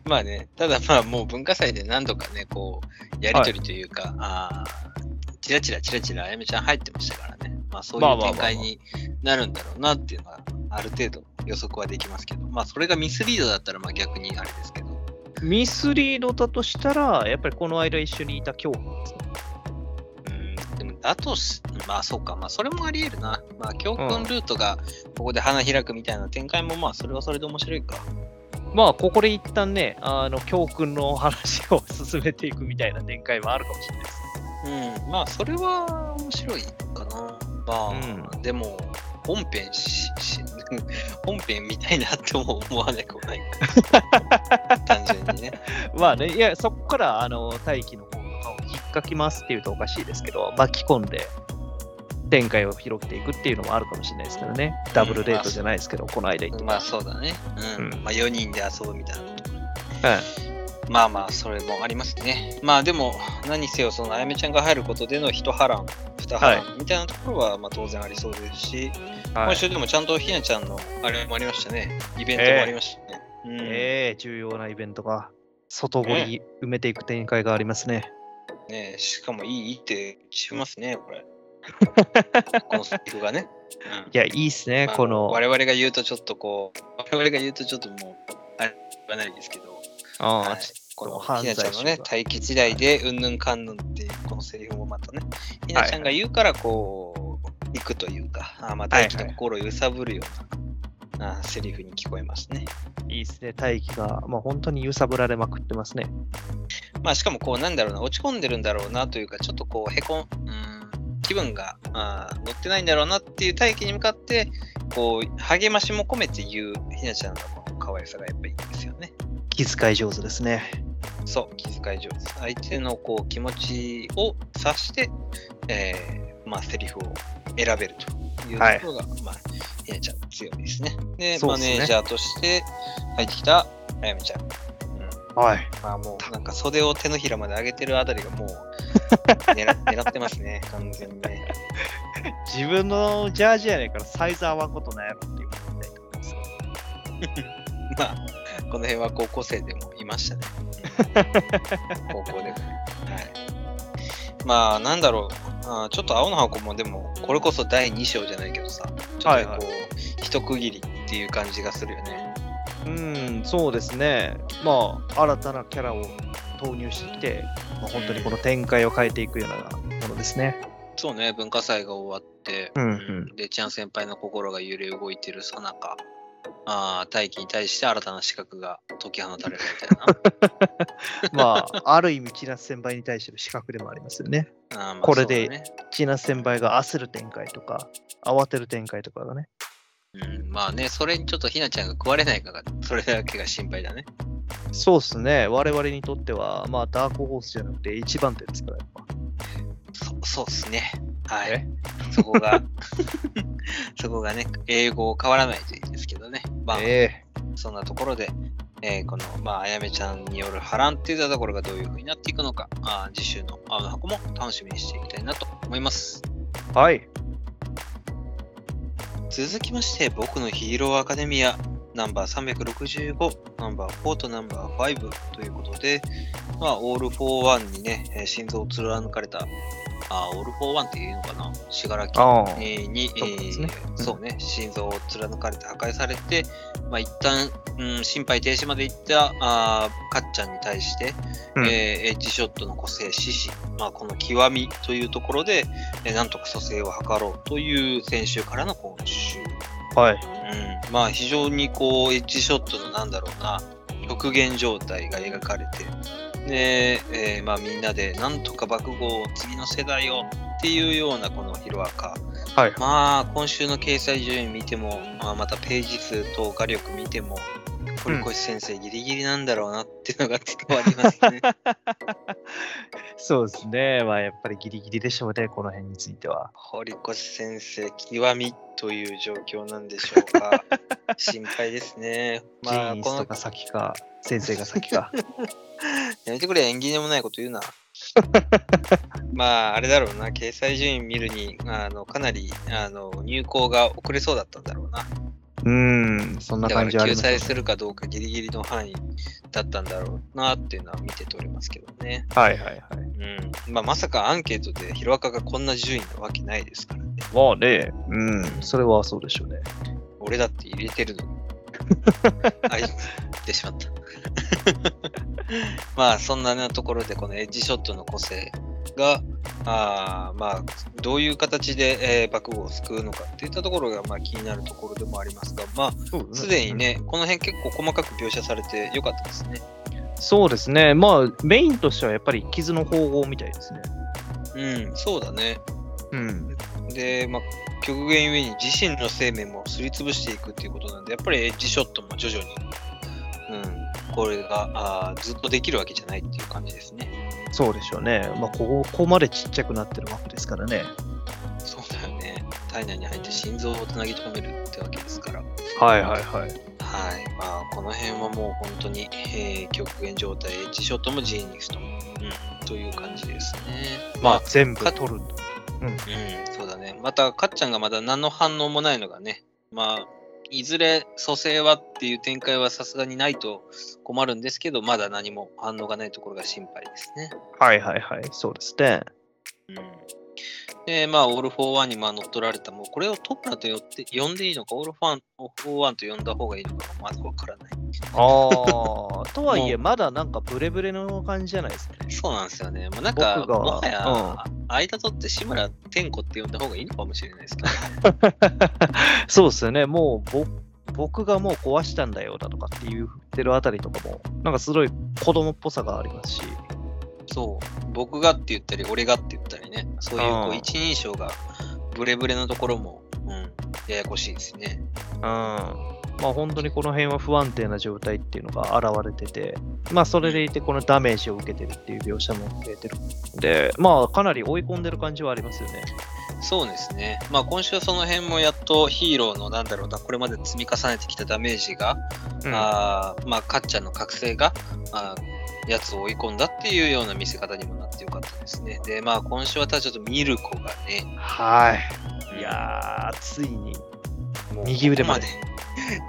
Speaker 1: まあね、ただまあもう文化祭で何度かね、こう、やりとりというか、あーチラチラチラチラあやめちゃん入ってましたからね、まあそう
Speaker 2: まあ
Speaker 1: いう
Speaker 2: まあまあ
Speaker 1: 展
Speaker 2: まあ
Speaker 1: 開になるんだろうなっていうのは、ある程度予測はできますけど、まあそれがミスリードだったらまあ逆にあれですけど、
Speaker 2: ミスリードだとしたらやっぱりこの間一緒にいた恐怖ですね
Speaker 1: うんでもだとし、まあそうか、まあそれもあり得るな。まあ教訓ルートがここで花開くみたいな展開もまあそれはそれで面白いか。
Speaker 2: まあここで一旦ねあの教訓の話を進めていくみたいな展開はあるかもしれないです
Speaker 1: うん、まあそれは面白いかな。まあ、でも本編し、し本編みたいなっても思わなくもないから。単純にね。
Speaker 2: まあねいやそこからあの大気の方の顔を引っかきますっていうとおかしいですけど巻き込んで展開を広げていくっていうのもあるかもしれないですけどねダブルデートじゃないですけど、この間行って
Speaker 1: まあそうだね。うん。
Speaker 2: うん
Speaker 1: まあ4人で遊ぶみたいなこと。
Speaker 2: はい
Speaker 1: まあまあ、それもありますね。まあでも、何せよ、そのあやめちゃんが入ることでの一波乱、二波乱みたいなところはまあ当然ありそうですし、
Speaker 2: は
Speaker 1: 今
Speaker 2: い、
Speaker 1: 週でもちゃんとひなちゃんのあれもありましたね。イベントもありましたね。うん
Speaker 2: ええ重要なイベントが外堀埋めていく展開がありますね。
Speaker 1: ねえしかもいいってしますね、
Speaker 2: [LAUGHS]
Speaker 1: これ。このセリフがね。うん
Speaker 2: いや、いいっすね、
Speaker 1: まあ
Speaker 2: この。
Speaker 1: 我々が言うとちょっとこう、我々が言うとちょっともう、あれはないですけど、
Speaker 2: ああ
Speaker 1: はい
Speaker 2: ち
Speaker 1: こ
Speaker 2: この
Speaker 1: の
Speaker 2: 犯
Speaker 1: ひ
Speaker 2: 罪
Speaker 1: なち
Speaker 2: 者
Speaker 1: ゃ
Speaker 2: が
Speaker 1: んのね、待機時代でうんぬんかんぬんっていうこのセリフもまたね、ひなちゃんが言うからこう、行くというか、あーまあ
Speaker 2: はい
Speaker 1: 大輝の心を揺さぶるような、あーセリフに聞こえますね。
Speaker 2: いいっすね、大気が、まあ、本当に揺さぶられまくってますね。
Speaker 1: まあしかもこうなんだろうな、落ち込んでるんだろうなというか、ちょっとこうへこん、うーん気分があー乗ってないんだろうなっていう大気に向かって、こう、励ましも込めて言うひなちゃんのこの可愛さがやっぱいいですよね。
Speaker 2: 気遣い上手ですね。
Speaker 1: そう、気遣い上手。相手のこう気持ちを察して、えーまあ、セリフを選べるというと
Speaker 2: はい
Speaker 1: ころが、まあ、ひなちゃん強いですね。で、
Speaker 2: そう
Speaker 1: マ
Speaker 2: ですね
Speaker 1: ネージャーとして入ってきた、あやみちゃん。うん
Speaker 2: はい。
Speaker 1: まあもうなんか袖を手のひらまで上げてるあたりがも [LAUGHS] う狙狙ってますね、完全にね。 [LAUGHS]
Speaker 2: 自分のジャージやねんからサイズ合わんことないやろっていうことで。
Speaker 1: まあ、この辺は高校生でもいま [LAUGHS] したね。うん高校でも。はい。まあ、なんだろうあー。ちょっと青の箱もでも、これこそ第2章じゃないけどさ、ちょっとねこう、
Speaker 2: はいは
Speaker 1: 一区切りっていう感じがするよね。
Speaker 2: うん、そうですね。まあ、新たなキャラを投入してきて、まあ、本当にこの展開を変えていくようなものです [LAUGHS] ね。
Speaker 1: そうね、文化祭が終わって、
Speaker 2: うんう
Speaker 1: で、ちゃん先輩の心が揺れ動いてるさなか、あー大気に対して新たな資格が解き放たれるみたいな。
Speaker 2: まあ、ある意味、千奈先輩に対しての資格でもありますよね。
Speaker 1: あーまあ
Speaker 2: これで
Speaker 1: そうだね
Speaker 2: 千奈先輩が焦る展開とか、慌てる展開とかがね。
Speaker 1: うん、まあね、それにちょっとひなちゃんが食われないかが、それだけが心配だね。
Speaker 2: そうですね。我々にとっては、まあ、ダークホースじゃなくて一番手ですから、やっぱ
Speaker 1: そそうっすね。は
Speaker 2: え
Speaker 1: い。そこ [LAUGHS] が、そこがね、英語変わらないといいですけどね。まあ、
Speaker 2: え
Speaker 1: そんなところで、えーこの、まあ、あやめちゃんによる波乱っていうところがどういう風になっていくのか、あー次週の青の箱も楽しみにしていきたいなと思います。
Speaker 2: えはい。
Speaker 1: 続きまして、僕のヒーローアカデミア、ナンバー365、ナンバー4とナンバー5ということで、まあ、オール・フォー・ワンにね、えー心臓を貫かれた、あーオール・フォー・ワンっていうのかな、信楽
Speaker 2: ああ。
Speaker 1: えーに、え
Speaker 2: そうですね
Speaker 1: ー
Speaker 2: ん
Speaker 1: そうね、心臓を貫かれて破壊されて、まあ、一旦、うん、心肺停止までいったあーかっちゃんに対して、
Speaker 2: うん
Speaker 1: えーエッジショットの個性獅子、まあ、この極みというところで、えーなんとか蘇生を図ろうという先週からの今週、
Speaker 2: はい。
Speaker 1: うん、まあ非常にこうエッジショットのなんだろうな極限状態が描かれてで、えーまあ、みんなでなんとか爆豪を次の世代をっていうようなこのヒロアカ
Speaker 2: はい。
Speaker 1: まあ今週の掲載順位見ても、まあ、またページ数と画力見ても堀越先生ギリギリなんだろうなっていうのが伝わります
Speaker 2: [LAUGHS]
Speaker 1: ね。
Speaker 2: そうですね。まあ、やっぱりギリギリでしょうね、この辺については。
Speaker 1: 堀越先生極みという状況なんでしょう
Speaker 2: [LAUGHS]
Speaker 1: か心配ですね。
Speaker 2: ジ
Speaker 1: ま
Speaker 2: ー
Speaker 1: あ
Speaker 2: ン
Speaker 1: こ
Speaker 2: ス
Speaker 1: の
Speaker 2: とか先か、先生が先か。
Speaker 1: やめてくれ、縁起でもないこと言うな。まあ、あれだろうな、掲載順位見るに、あのかなりあの入稿が遅れそうだったんだろうな。
Speaker 2: [LAUGHS] うーん、そんな
Speaker 1: だか
Speaker 2: 感
Speaker 1: ら
Speaker 2: じはあり
Speaker 1: 救
Speaker 2: ます
Speaker 1: 済するかどうかギリギリの範囲だったんだろうなっていうのは見て取れますけどね。
Speaker 2: はいはいはい。
Speaker 1: うん。まあ、まさかアンケートでヒロアカがこんな順位なわけないですからね。
Speaker 2: まあね、うん、それはそうでしょうね。
Speaker 1: 俺だって入れてる
Speaker 2: [LAUGHS]
Speaker 1: のに。あ、言ってしまった。 [LAUGHS] まあそんなねところでこのエッジショットの個性があーまあどういう形で、えー、爆豪を救うのかっていったところがまあ気になるところでもありますがまあ
Speaker 2: そう
Speaker 1: すでに。ねこの辺結構細かく描写されてよかったですね。
Speaker 2: そうですね、まあ、メインとしてはやっぱり傷の縫合みたいですね。
Speaker 1: うんそうだね。
Speaker 2: うん、
Speaker 1: でまあ極限ゆえに自身の生命もすりつぶしていくっていうことなんでやっぱりエッジショットも徐々に、うん、これがあーずっとできるわけじゃないっていう感じですね。
Speaker 2: そうでしょうね。まあ、ここここまでちっちゃくなってるわけですからね。
Speaker 1: そうだよね。体内に入って心臓をつなぎ止めるってわけですから。はい。
Speaker 2: はいはいはい。
Speaker 1: まあ、この辺はもう本当に、えー極限状態、エッジショットもジーニストも、うん、という感じですね。
Speaker 2: ま
Speaker 1: ま
Speaker 2: あ
Speaker 1: あ、
Speaker 2: 全部取るんだ。
Speaker 1: うん、そうだね。また、かっちゃんがまだ何の反応もないのがね、まあ、いずれ蘇生はっていう展開はさすがにないと困るんですけど、まだ何も反応がないところが心配ですね。
Speaker 2: はいはいはい、そうですね。
Speaker 1: で、まあ、オール・フォー・ワンにまあ乗っ取られた、もうこれをトップラと呼って呼んでいいのか、オール・ファン、オールフォー・ワンと呼んだ方がいいのか、まずわからない。
Speaker 2: あ [LAUGHS] あ、とはいえ、
Speaker 1: も
Speaker 2: まだなんかブレブレの感じじゃないですかね。
Speaker 1: そうなんですよね。もうなんか、
Speaker 2: 僕が
Speaker 1: もはや、間取って志村天子って呼んだ方がいいのかもしれないですけど、
Speaker 2: そうですよね、もうぼ僕がもう壊したんだよだとかっていう言ってるあたりとかも、なんかすごい子供っぽさがありますし、
Speaker 1: そう、僕がって言ったり、俺がって言ったりね、そういうこ
Speaker 2: う
Speaker 1: うん一人称がブレブレのところも、うん、ややこしいですね。
Speaker 2: うんまあ、本当にこの辺は不安定な状態っていうのが現れてて、まあ、それでいてこのダメージを受けてるっていう描写も増えてるので、まあ、かなり追い込んでる感じはありますよね。
Speaker 1: そうですね。まあ今週はその辺もやっとヒーローのなんだろうな、これまで積み重ねてきたダメージが、あーまあかっちゃんの覚醒が、あーやつを追い込んだっていうような見せ方にもなってよかったですね。で、まあ今週はただちょっとミルコがね、
Speaker 2: はい。いやー、ついに。
Speaker 1: もう
Speaker 2: 右腕
Speaker 1: ここ
Speaker 2: ま
Speaker 1: ま
Speaker 2: で
Speaker 1: で、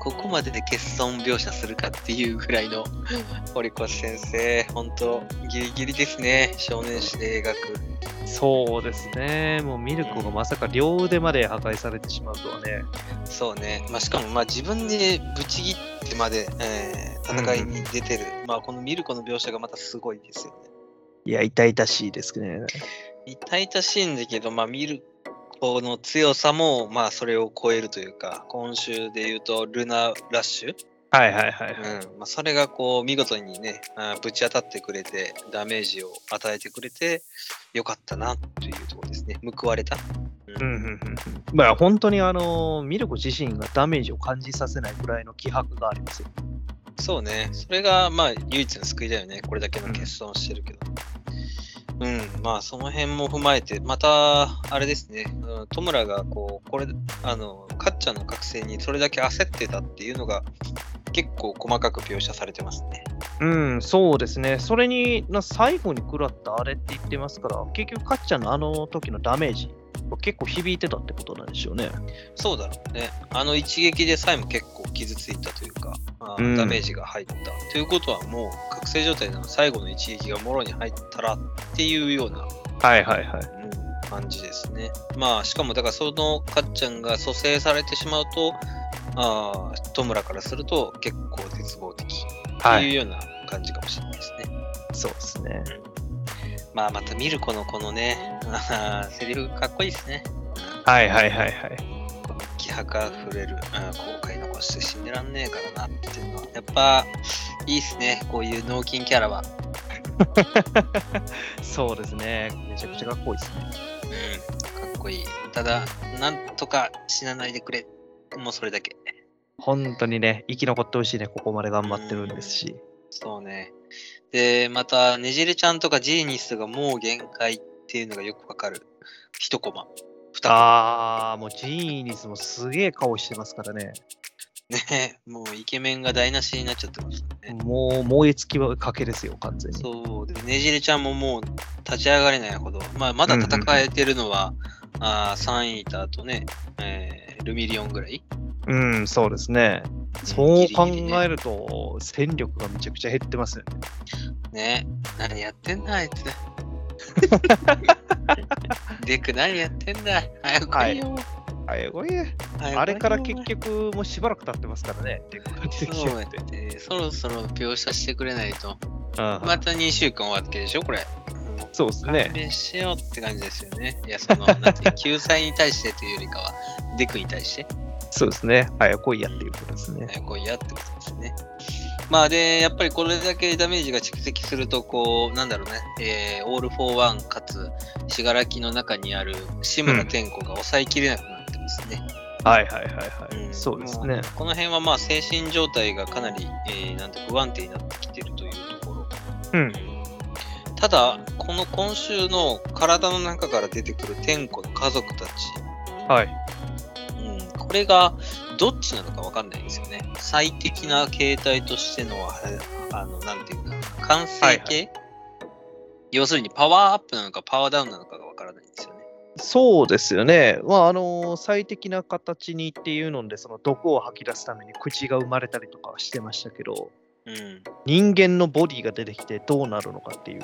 Speaker 1: ここまでで欠損描写するかっていうぐらいの堀越先生、本当ギリギリですね、少年誌で描く。
Speaker 2: そうですね。もうミルコがまさか両腕まで破壊されてしまうとはね。
Speaker 1: そうね、まあ、しかもまあ自分でぶち切ってまで、えー戦いに出てる、まあ、このミルコの描写がまたすごいですよね。
Speaker 2: いや、痛々しいですね。
Speaker 1: 痛々しいんだけど、まあ、ミルコの強さもまあそれを超えるというか、今週で言うとルナ・ラッシュ、
Speaker 2: はいはいはい
Speaker 1: うんまあ、それがこう見事にね、あーぶち当たってくれて、ダメージを与えてくれて、よかったなというところですね。報われた。
Speaker 2: うんうんうんうんまあ本当にあのミルコ自身がダメージを感じさせないぐらいの気迫がありますよ。
Speaker 1: そうね、それがまあ唯一の救いだよね、これだけの欠損してるけど。うん、まあその辺も踏まえて、また、あれですね、うん、トムラがこう、これ、あの、カッチャの覚醒にそれだけ焦ってたっていうのが、結構細かく描写されてますね。
Speaker 2: うん、そうですね。それにな最後に食らったあれって言ってますから、結局、かっちゃんのあの時のダメージ、結構響いてたってことなんでしょうね。
Speaker 1: そうだろうね、あの一撃でさえも結構傷ついたというか、あー
Speaker 2: うん
Speaker 1: ダメージが入った。ということはもう、覚醒状態の最後の一撃がもろに入ったらっていうような
Speaker 2: はいはいはい。
Speaker 1: うん感じですね。まあしかもだからそのかっちゃんが蘇生されてしまうと、あー戸村からすると結構絶望的っていうような感じかもしれないですね。
Speaker 2: そうですね。
Speaker 1: まあまたミルコのこのね、 [LAUGHS] あーセリフかっこいいですね。
Speaker 2: はいはいはいはい。
Speaker 1: この気迫あふれる、うん、後悔残して死んでらんねえからなっていうのは、やっぱいいっすね、こういう脳筋キャラは。
Speaker 2: そうですね。めちゃくちゃかっこいいですね。
Speaker 1: うん、かっこいい。ただ、なんとか死なないでくれ。もうそれだけ。
Speaker 2: 本当にね、生き残ってほしいね、ここまで頑張ってるんですし。
Speaker 1: そうね。で、また、ねじれちゃんとかジーニスがもう限界っていうのがよくわかる。一コマ。二コマ。
Speaker 2: あー、もうジーニスもすげえ顔してますからね。
Speaker 1: ね、もうイケメンが台無しになっちゃってますね。
Speaker 2: もう燃え尽きはかけですよ、完全に。
Speaker 1: そう。で、ねじれちゃんももう立ち上がれないほど。まあ、まだ戦えてるのは、あーサンイーターとね、えールミリオンぐらい。
Speaker 2: うん、そうですね。そう考えると、戦力がめちゃくちゃ減ってますよね。
Speaker 1: ね。何やってんだ、あ
Speaker 2: [LAUGHS]
Speaker 1: いつ。デク何やってんだ早く来いよ、
Speaker 2: あれこれ
Speaker 1: 早く来いよ
Speaker 2: あれから結局、もうしばらく経ってますからね。って感じで
Speaker 1: そうやって、そろそろ描写してくれないと。また2週間終わってるでしょ、これ。
Speaker 2: そうです
Speaker 1: 勘
Speaker 2: ね。
Speaker 1: 弁してよって感じですよね。いや、その、なんていう救済に対してというよりかは、デクに対して、
Speaker 2: そうですね。はい、来いやっていうことですね。
Speaker 1: えこうやってことですね。まあ、で、やっぱりこれだけダメージが蓄積すると、こう、なんだろうね、えーオール・フォー・ワンかつ、信楽の中にある志村天子が抑えきれなくなってますね。
Speaker 2: はいはいはいはい。
Speaker 1: うん
Speaker 2: そうですね。
Speaker 1: この辺は、まあ、精神状態がかなり、えーなんて不安定になってきてるというところ。
Speaker 2: うん。
Speaker 1: ただこの今週の体の中から出てくる天子の家族たち、
Speaker 2: はい。
Speaker 1: うん、これがどっちなのか分かんないんですよね最適な形態としてのはあのなんていうか完成形、要するにパワーアップなのかパワーダウンなのかが分からないんですよね
Speaker 2: そうですよね。まあ、あの最適な形にっていうので、その毒を吐き出すために口が生まれたりとかはしてましたけど、
Speaker 1: うん
Speaker 2: 人間のボディが出てきてどうなるのかっていう、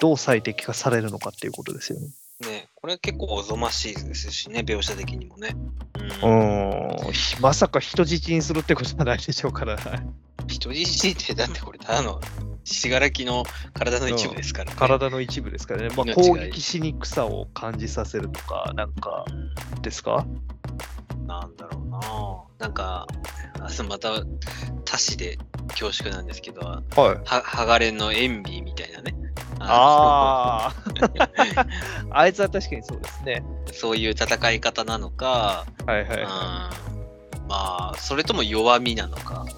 Speaker 2: どう最適化されるのかっていうことですよね。
Speaker 1: ねこれ結構おぞましいですしね描写的にもね、
Speaker 2: うーん、ひまさか人質にするってことはないでしょう
Speaker 1: [LAUGHS]
Speaker 2: から、
Speaker 1: 人質ってだってこれただの信楽の体の一部ですからね、
Speaker 2: 体の一部ですからね、まあ、
Speaker 1: 命が
Speaker 2: 攻撃しにくさを感じさせるとか、なんか
Speaker 1: うん
Speaker 2: ですか
Speaker 1: なんだろうななんか、あそうまた、他紙で恐縮なんですけど、は、
Speaker 2: はい。
Speaker 1: はがれんのエンビーみたいなね、
Speaker 2: あ
Speaker 1: [LAUGHS]
Speaker 2: あ。あいつは確かにそうですね。
Speaker 1: そういう戦い方なのか、
Speaker 2: はい
Speaker 1: うん、
Speaker 2: は
Speaker 1: まあ、それとも弱みなのか、
Speaker 2: い。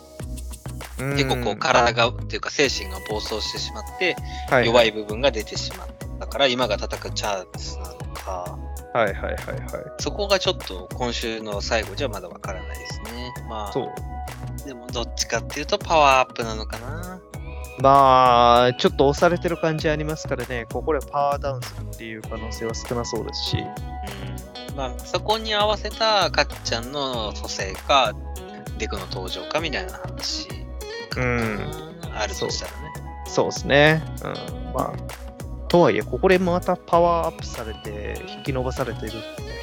Speaker 1: 結構こう体が、っていうか精神が暴走してしまって、
Speaker 2: が
Speaker 1: 弱
Speaker 2: い。
Speaker 1: い部分が出てしまった。だから今が叩くチャンスなのか、
Speaker 2: はいはいはいはい。
Speaker 1: そこがちょっと今週の最後じゃまだわからないですね。ま
Speaker 2: そう。
Speaker 1: あ、でもどっちかっていうとパワーアップなのかな。
Speaker 2: まあ、ちょっと押されてる感じありますからね、ここでパワーダウンするっていう可能性は少なそうですし、
Speaker 1: うんまあ、そこに合わせたかっちゃんの蘇生かデクの登場かみたいな話かなあるとしたらね
Speaker 2: そうですね。うん、まあ、とはいえ、ここでまたパワーアップされて、引き伸ばされてる、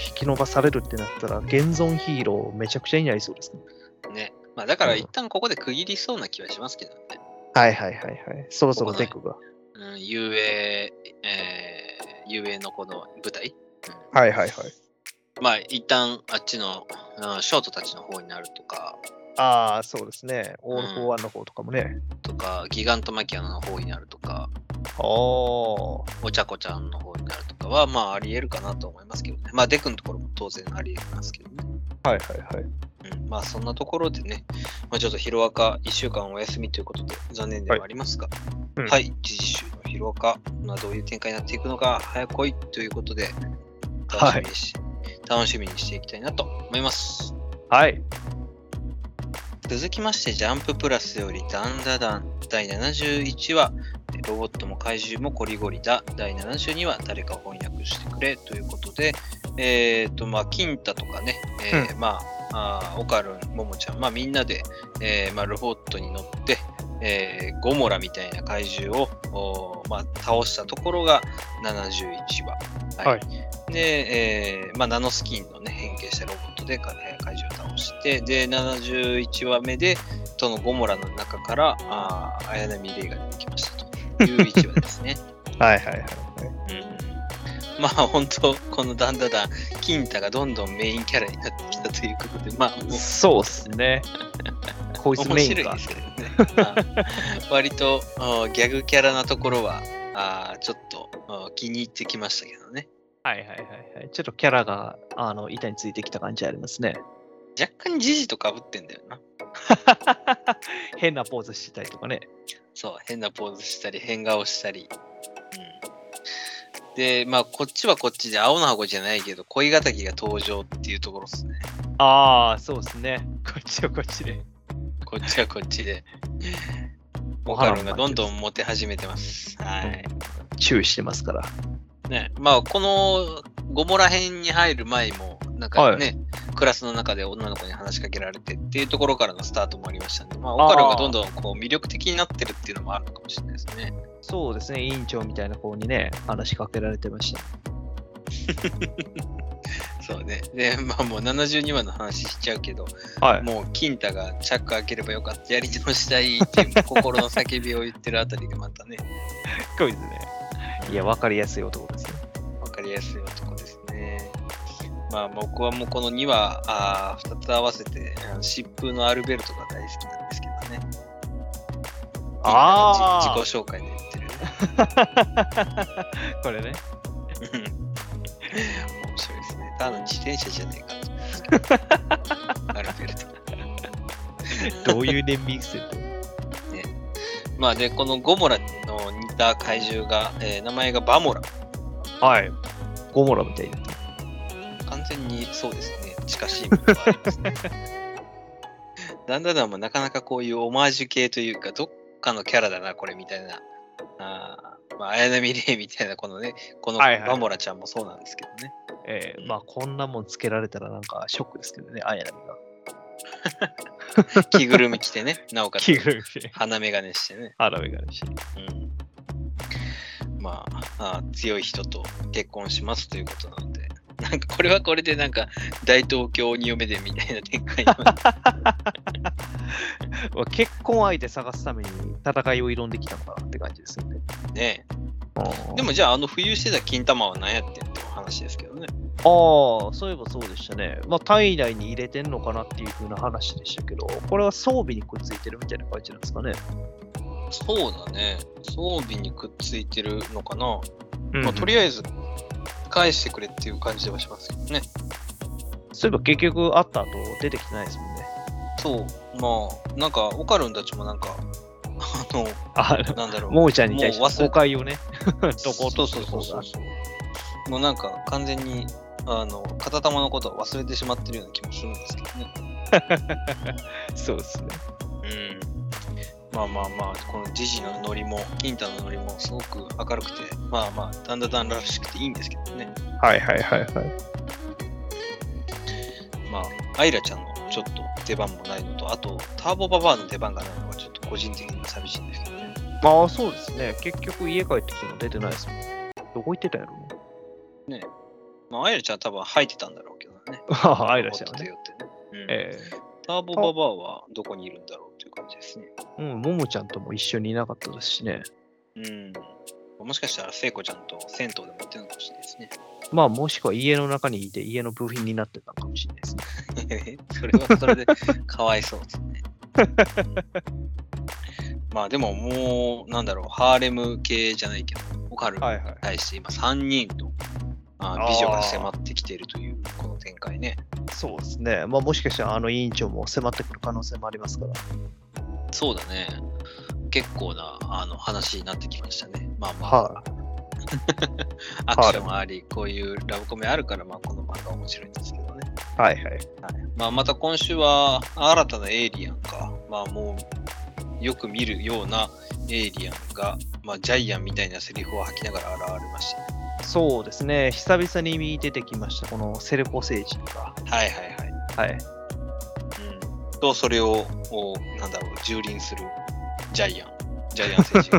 Speaker 2: 引き伸ばされるってなったら、現存ヒーローめちゃくちゃになりそうですね。
Speaker 1: ね、まあ、だから
Speaker 2: うん
Speaker 1: 一旦ここで区切りそうな気はしますけどね、
Speaker 2: はいはいはいはい。そろそろデクが。
Speaker 1: うん、遊泳、えー、遊泳のこの舞台
Speaker 2: はいはいはい。
Speaker 1: まあ一旦あっちの、うんショートたちの方になるとか
Speaker 2: ああ、そうですね。オール・フォー・ワンの方とかもね。
Speaker 1: とかギガントマキアの方になるとか
Speaker 2: おー。
Speaker 1: お茶子ちゃんの方になるとかはまあありえるかなと思いますけどねまあデクのところも当然ありえますけどね
Speaker 2: はいはいはい。
Speaker 1: うんまあそんなところでね、まあ、ちょっとヒロアカ1週間お休みということで残念ではありますが、
Speaker 2: う
Speaker 1: は
Speaker 2: ん
Speaker 1: い、次週のヒロアカ、まあ、どういう展開になっていくのか早来いということで楽しみにし、楽しみにしていきたいなと思います。
Speaker 2: はい。
Speaker 1: 続きまして、ジャンププラスよりダンダダン第71話、ロボットも怪獣もコリゴリだ第72話、誰か翻訳してくれということで、えっ、と、まあ、金太とかね、えーまあ、あーオカルン、モモちゃん、まあ、みんなで、えーまあ、ロボットに乗って、えーゴモラみたいな怪獣を、おーまあ、倒したところが71話。
Speaker 2: はい
Speaker 1: で、えーまあ、ナノスキンの、ね、変形したロボットでかえー怪獣を倒して、で、71話目で、とのゴモラの中から、あー綾波レイが出てきましたという1話です
Speaker 2: [LAUGHS]
Speaker 1: ね。
Speaker 2: はいはいはい。
Speaker 1: うんまあ本当このだんだだん金太がどんどんメインキャラになってきたということでまあもう
Speaker 2: そうっすね。こいつ
Speaker 1: 面
Speaker 2: メイ
Speaker 1: 白
Speaker 2: ン
Speaker 1: い
Speaker 2: か
Speaker 1: で。すけどねまあ割とあーギャグキャラなところはあーちょっとあー気に入ってきましたけどね
Speaker 2: はいはいはいはい。ちょっとキャラが、あの、板についてきた感じあります [LAUGHS] ね。
Speaker 1: 若干ジジとかぶってんだよな
Speaker 2: 変なポーズしてたりとかね。
Speaker 1: そう、変なポーズしたり、変顔したり。うん、で、まあ、こっちはこっちで、青の箱じゃないけど、恋敵が登場っていうところですね。
Speaker 2: ああ、そうですね。こっちはこっちで。
Speaker 1: こっちはこっち [LAUGHS] で。
Speaker 2: お
Speaker 1: ボ
Speaker 2: 花
Speaker 1: カロン
Speaker 2: の
Speaker 1: がどんどんモテ始めてます。はい。
Speaker 2: 注意してますから。
Speaker 1: ね、まあ、このゴモラ編に入る前も、なんかね、クラスの中で女の子に話しかけられてっていうところからのスタートもありましたんで、まあ、オカロンがどんどんこう魅力的になってるっていうのもあるのかもしれないですね。
Speaker 2: そうですね。委員長みたいな子にね、話しかけられてました。
Speaker 1: そうね。で、まあもう72話の話しちゃうけど、
Speaker 2: は。
Speaker 1: もう金太がチャック開ければよかった、やり直したいっていう心の叫びを言ってるあたりがまたね、
Speaker 2: こいですね。いや、わかりやすい男ですよ。
Speaker 1: わかりやすい男ですね。まあ僕はもうこの2話、あ2つ合わせて、あの疾風のアルベルトが大好きなんですけどね。
Speaker 2: あー
Speaker 1: 金太のじ自己紹介で言ってるね。
Speaker 2: [LAUGHS] これね。
Speaker 1: うん面白いですね。ただの自転車じゃねえか。アルベルト。
Speaker 2: どういう年齢設
Speaker 1: まあで、このゴモラの似た怪獣が、えー名前がバモラ。
Speaker 2: 定はい。ゴモラみたいな。
Speaker 1: 完全にそうですね、近しいものがあります
Speaker 2: [LAUGHS]
Speaker 1: ね。ダンダダンもなかなかこういうオマージュ系というか、どっかのキャラだな、これみたいな。あーまあ、綾波レイみたいな、このね、この
Speaker 2: はいはい
Speaker 1: バモラちゃんもそうなんですけどね。
Speaker 2: ええまあ、こんなもんつけられたらなんかショックですけどね、あやなみ [LAUGHS] が。
Speaker 1: 着ぐるみ着て
Speaker 2: [LAUGHS]
Speaker 1: ね、なおかつ
Speaker 2: るみで。
Speaker 1: 鼻眼鏡してね。
Speaker 2: あらめがねし。
Speaker 1: うんまああー強い人と結婚しますということなので、なんかこれはこれでなんか大東京鬼嫁でみたいな展開にな
Speaker 2: [LAUGHS] 結婚相手探すために戦いを挑んできたのかなって感じですよね。
Speaker 1: ね。
Speaker 2: うん
Speaker 1: でもじゃああの浮遊してた金玉は何やってんって話ですけどね。
Speaker 2: ああ、そういえばそうでしたね。まあ、体内に入れてんのかなっていう風な話でしたけど、これは装備にくっついてるみたいな感じなんですかね。
Speaker 1: そうだね。装備にくっついてるのかな。
Speaker 2: うん
Speaker 1: まあ、とりあえず、返してくれっていう感じではしますけどね。
Speaker 2: そういえば結局会った後出てきてないですもんね。
Speaker 1: そう。まあ、なんか、オカルンたちもなんか、 [LAUGHS] あの、
Speaker 2: あ
Speaker 1: なんだろう。
Speaker 2: [LAUGHS] もみちゃんに対し
Speaker 1: もう
Speaker 2: て
Speaker 1: 忘れ
Speaker 2: 公開 [LAUGHS] をね、どこ
Speaker 1: そ
Speaker 2: ど
Speaker 1: うそうそう
Speaker 2: こ
Speaker 1: そ
Speaker 2: が
Speaker 1: うそう。もうなんか、完全に、あの、片玉のことは忘れてしまってるような気もするんですけどね。
Speaker 2: そうですね。
Speaker 1: うん。まあまあまあ、このジジのノリも、キンタのノリも、すごく明るくて、まあまあ、だんだんだんらしくていいんですけどね。
Speaker 2: はいはいはいはい。
Speaker 1: まあ、アイラちゃんのちょっと出番もないのと、あと、ターボババアの出番がないのがちょっと個人的には寂しいんですけどね。
Speaker 2: まあそうですね。結局家帰ってきても出てないですもん。どこ行ってたんやろう
Speaker 1: まあ、アイラちゃんは多分吐いてたんだろうけどね。
Speaker 2: あ [LAUGHS] あ、アイラちゃんは
Speaker 1: ホットで
Speaker 2: ね。
Speaker 1: 寄ってね。うん
Speaker 2: え
Speaker 1: ターボババアはどこにいるんだろうという感じですね。
Speaker 2: えうん、ももちゃんとも一緒にいなかったですしね。
Speaker 1: うん。もしかしたら聖子ちゃんと銭湯でも行ってるのかもしれないですね。
Speaker 2: まあもしくは家の中にいて家の部品になってたのかもしれないですね。
Speaker 1: [LAUGHS] それはそれでかわいそうです
Speaker 2: [LAUGHS]
Speaker 1: ね。まあでももう、なんだろう、ハーレム系じゃないけど、オカル
Speaker 2: はいは
Speaker 1: に
Speaker 2: い
Speaker 1: 対して今3人と、あ
Speaker 2: あー
Speaker 1: 美女が迫ってきているというこの展開ね。
Speaker 2: そうですね。まあもしかしたらあの委員長も迫ってくる可能性もありますから。
Speaker 1: そうだね。結構なあの話になってきましたね。まあまあ、
Speaker 2: は
Speaker 1: アクションあり、こういうラブコメあるから、まあこの漫画面白いんですけどね。
Speaker 2: い。はいはい。
Speaker 1: まあ、また今週は新たなエイリアンか、まあ、もうよく見るようなエイリアンが、まあ、ジャイアンみたいなセリフを吐きながら現れました。
Speaker 2: そうですね。久々に出てきました。このセルコ星人
Speaker 1: は
Speaker 2: が。
Speaker 1: いはいはい。
Speaker 2: [LAUGHS] はい。
Speaker 1: うん、と、それを、おなんだろう、蹂躙するジャイアン。ジャイアン選手。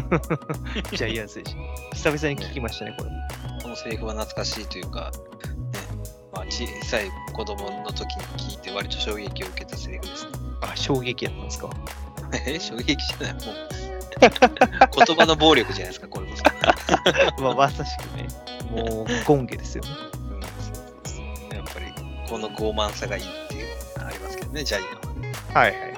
Speaker 2: ジャイアン星人。久々に聞きましたね、これ。
Speaker 1: このセリフは懐かしいというか、ねまあ、小さい子供の時に聞いて割と衝撃を受けたセリフですね。 [LAUGHS]
Speaker 2: あ、衝撃やったんですか。
Speaker 1: え衝撃じゃないもう。言葉の暴力じゃないですか、これこそ。
Speaker 2: [LAUGHS] まあ、まさしくね。もう、ゴンゲですよね。
Speaker 1: うんそうそうそうやっぱりこの傲慢さがいいっていうのがありますけどね、ジャイアンは。
Speaker 2: はいはい。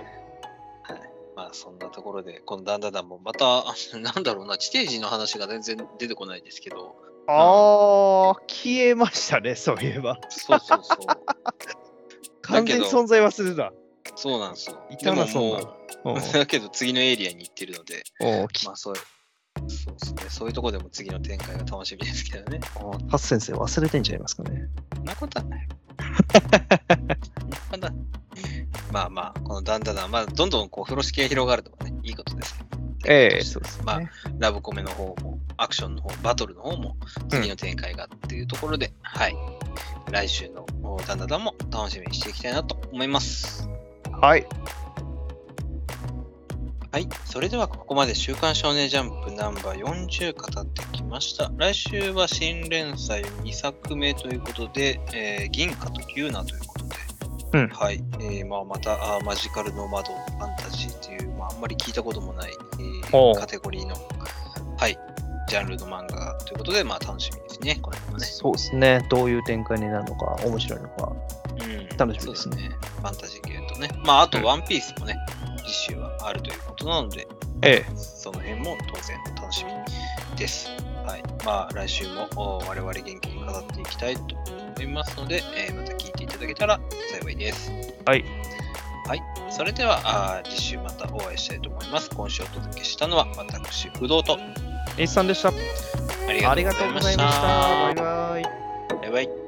Speaker 1: まあそんなところで、このダンダダンもまた、 [LAUGHS] なんだろうな、地底人の話が全然出てこないですけど、
Speaker 2: あー、消えましたね、そういえば。
Speaker 1: そうそう [LAUGHS] そう。だ
Speaker 2: 完
Speaker 1: け
Speaker 2: 全
Speaker 1: ど
Speaker 2: に、存在忘れてた。
Speaker 1: そうなんですよ。
Speaker 2: いたな
Speaker 1: でもも
Speaker 2: うん [LAUGHS]
Speaker 1: う、だけど次のエリアに行ってるので、
Speaker 2: おうき
Speaker 1: まあそうそうですね、そういうところでも次の展開が楽しみですけどね。
Speaker 2: タス先生忘れてんじゃいますかね。
Speaker 1: そんなことはない。そんなことはない [LAUGHS] まあまあ、このダンダダン、まあどんどんこう風呂敷が広がるのがね、いいことですけどね。
Speaker 2: うですね
Speaker 1: まあラブコメの方も、アクションの方、バトルの方も、次の展開がっていうところで、はい。来週のおダンダダンも楽しみにしていきたいなと思います。
Speaker 2: はい。
Speaker 1: はい。それではここまで週刊少年ジャンプナンバー40語ってきました。来週は新連載2作目ということで、えー銀貨と牛ナということで、
Speaker 2: うん
Speaker 1: はい。えーまあ、またあーマジカルノマドファンタジーという、まあ、あんまり聞いたこともない、えー
Speaker 2: おう
Speaker 1: カテゴリーの、はい、ジャンルの漫画ということで、まあ、楽しみですね。この辺もね。
Speaker 2: そうですね。どういう展開になるのか、面白いのか。
Speaker 1: うん
Speaker 2: 楽しみです
Speaker 1: そ
Speaker 2: ね
Speaker 1: うね。ファンタジー系とね。まあ、あと、
Speaker 2: うん
Speaker 1: ワンピースもね、次週はあるということなので、
Speaker 2: え
Speaker 1: その辺も当然楽しみです。はい。まあ、来週もお我々元気に語っていきたいと思いますので、えーまた聞いていただけたら幸いです。
Speaker 2: はい。
Speaker 1: はい。それでは、あー次週またお会いしたいと思います。今週お届けしたのは、私、不動と、
Speaker 2: え。イさんでした。
Speaker 1: あり
Speaker 2: あ
Speaker 1: が
Speaker 2: りが
Speaker 1: と
Speaker 2: と
Speaker 1: う
Speaker 2: う
Speaker 1: ご
Speaker 2: ご
Speaker 1: ざ
Speaker 2: ざ
Speaker 1: い
Speaker 2: い
Speaker 1: ま
Speaker 2: ま
Speaker 1: し。
Speaker 2: したた。バイバイ。
Speaker 1: バイバイ。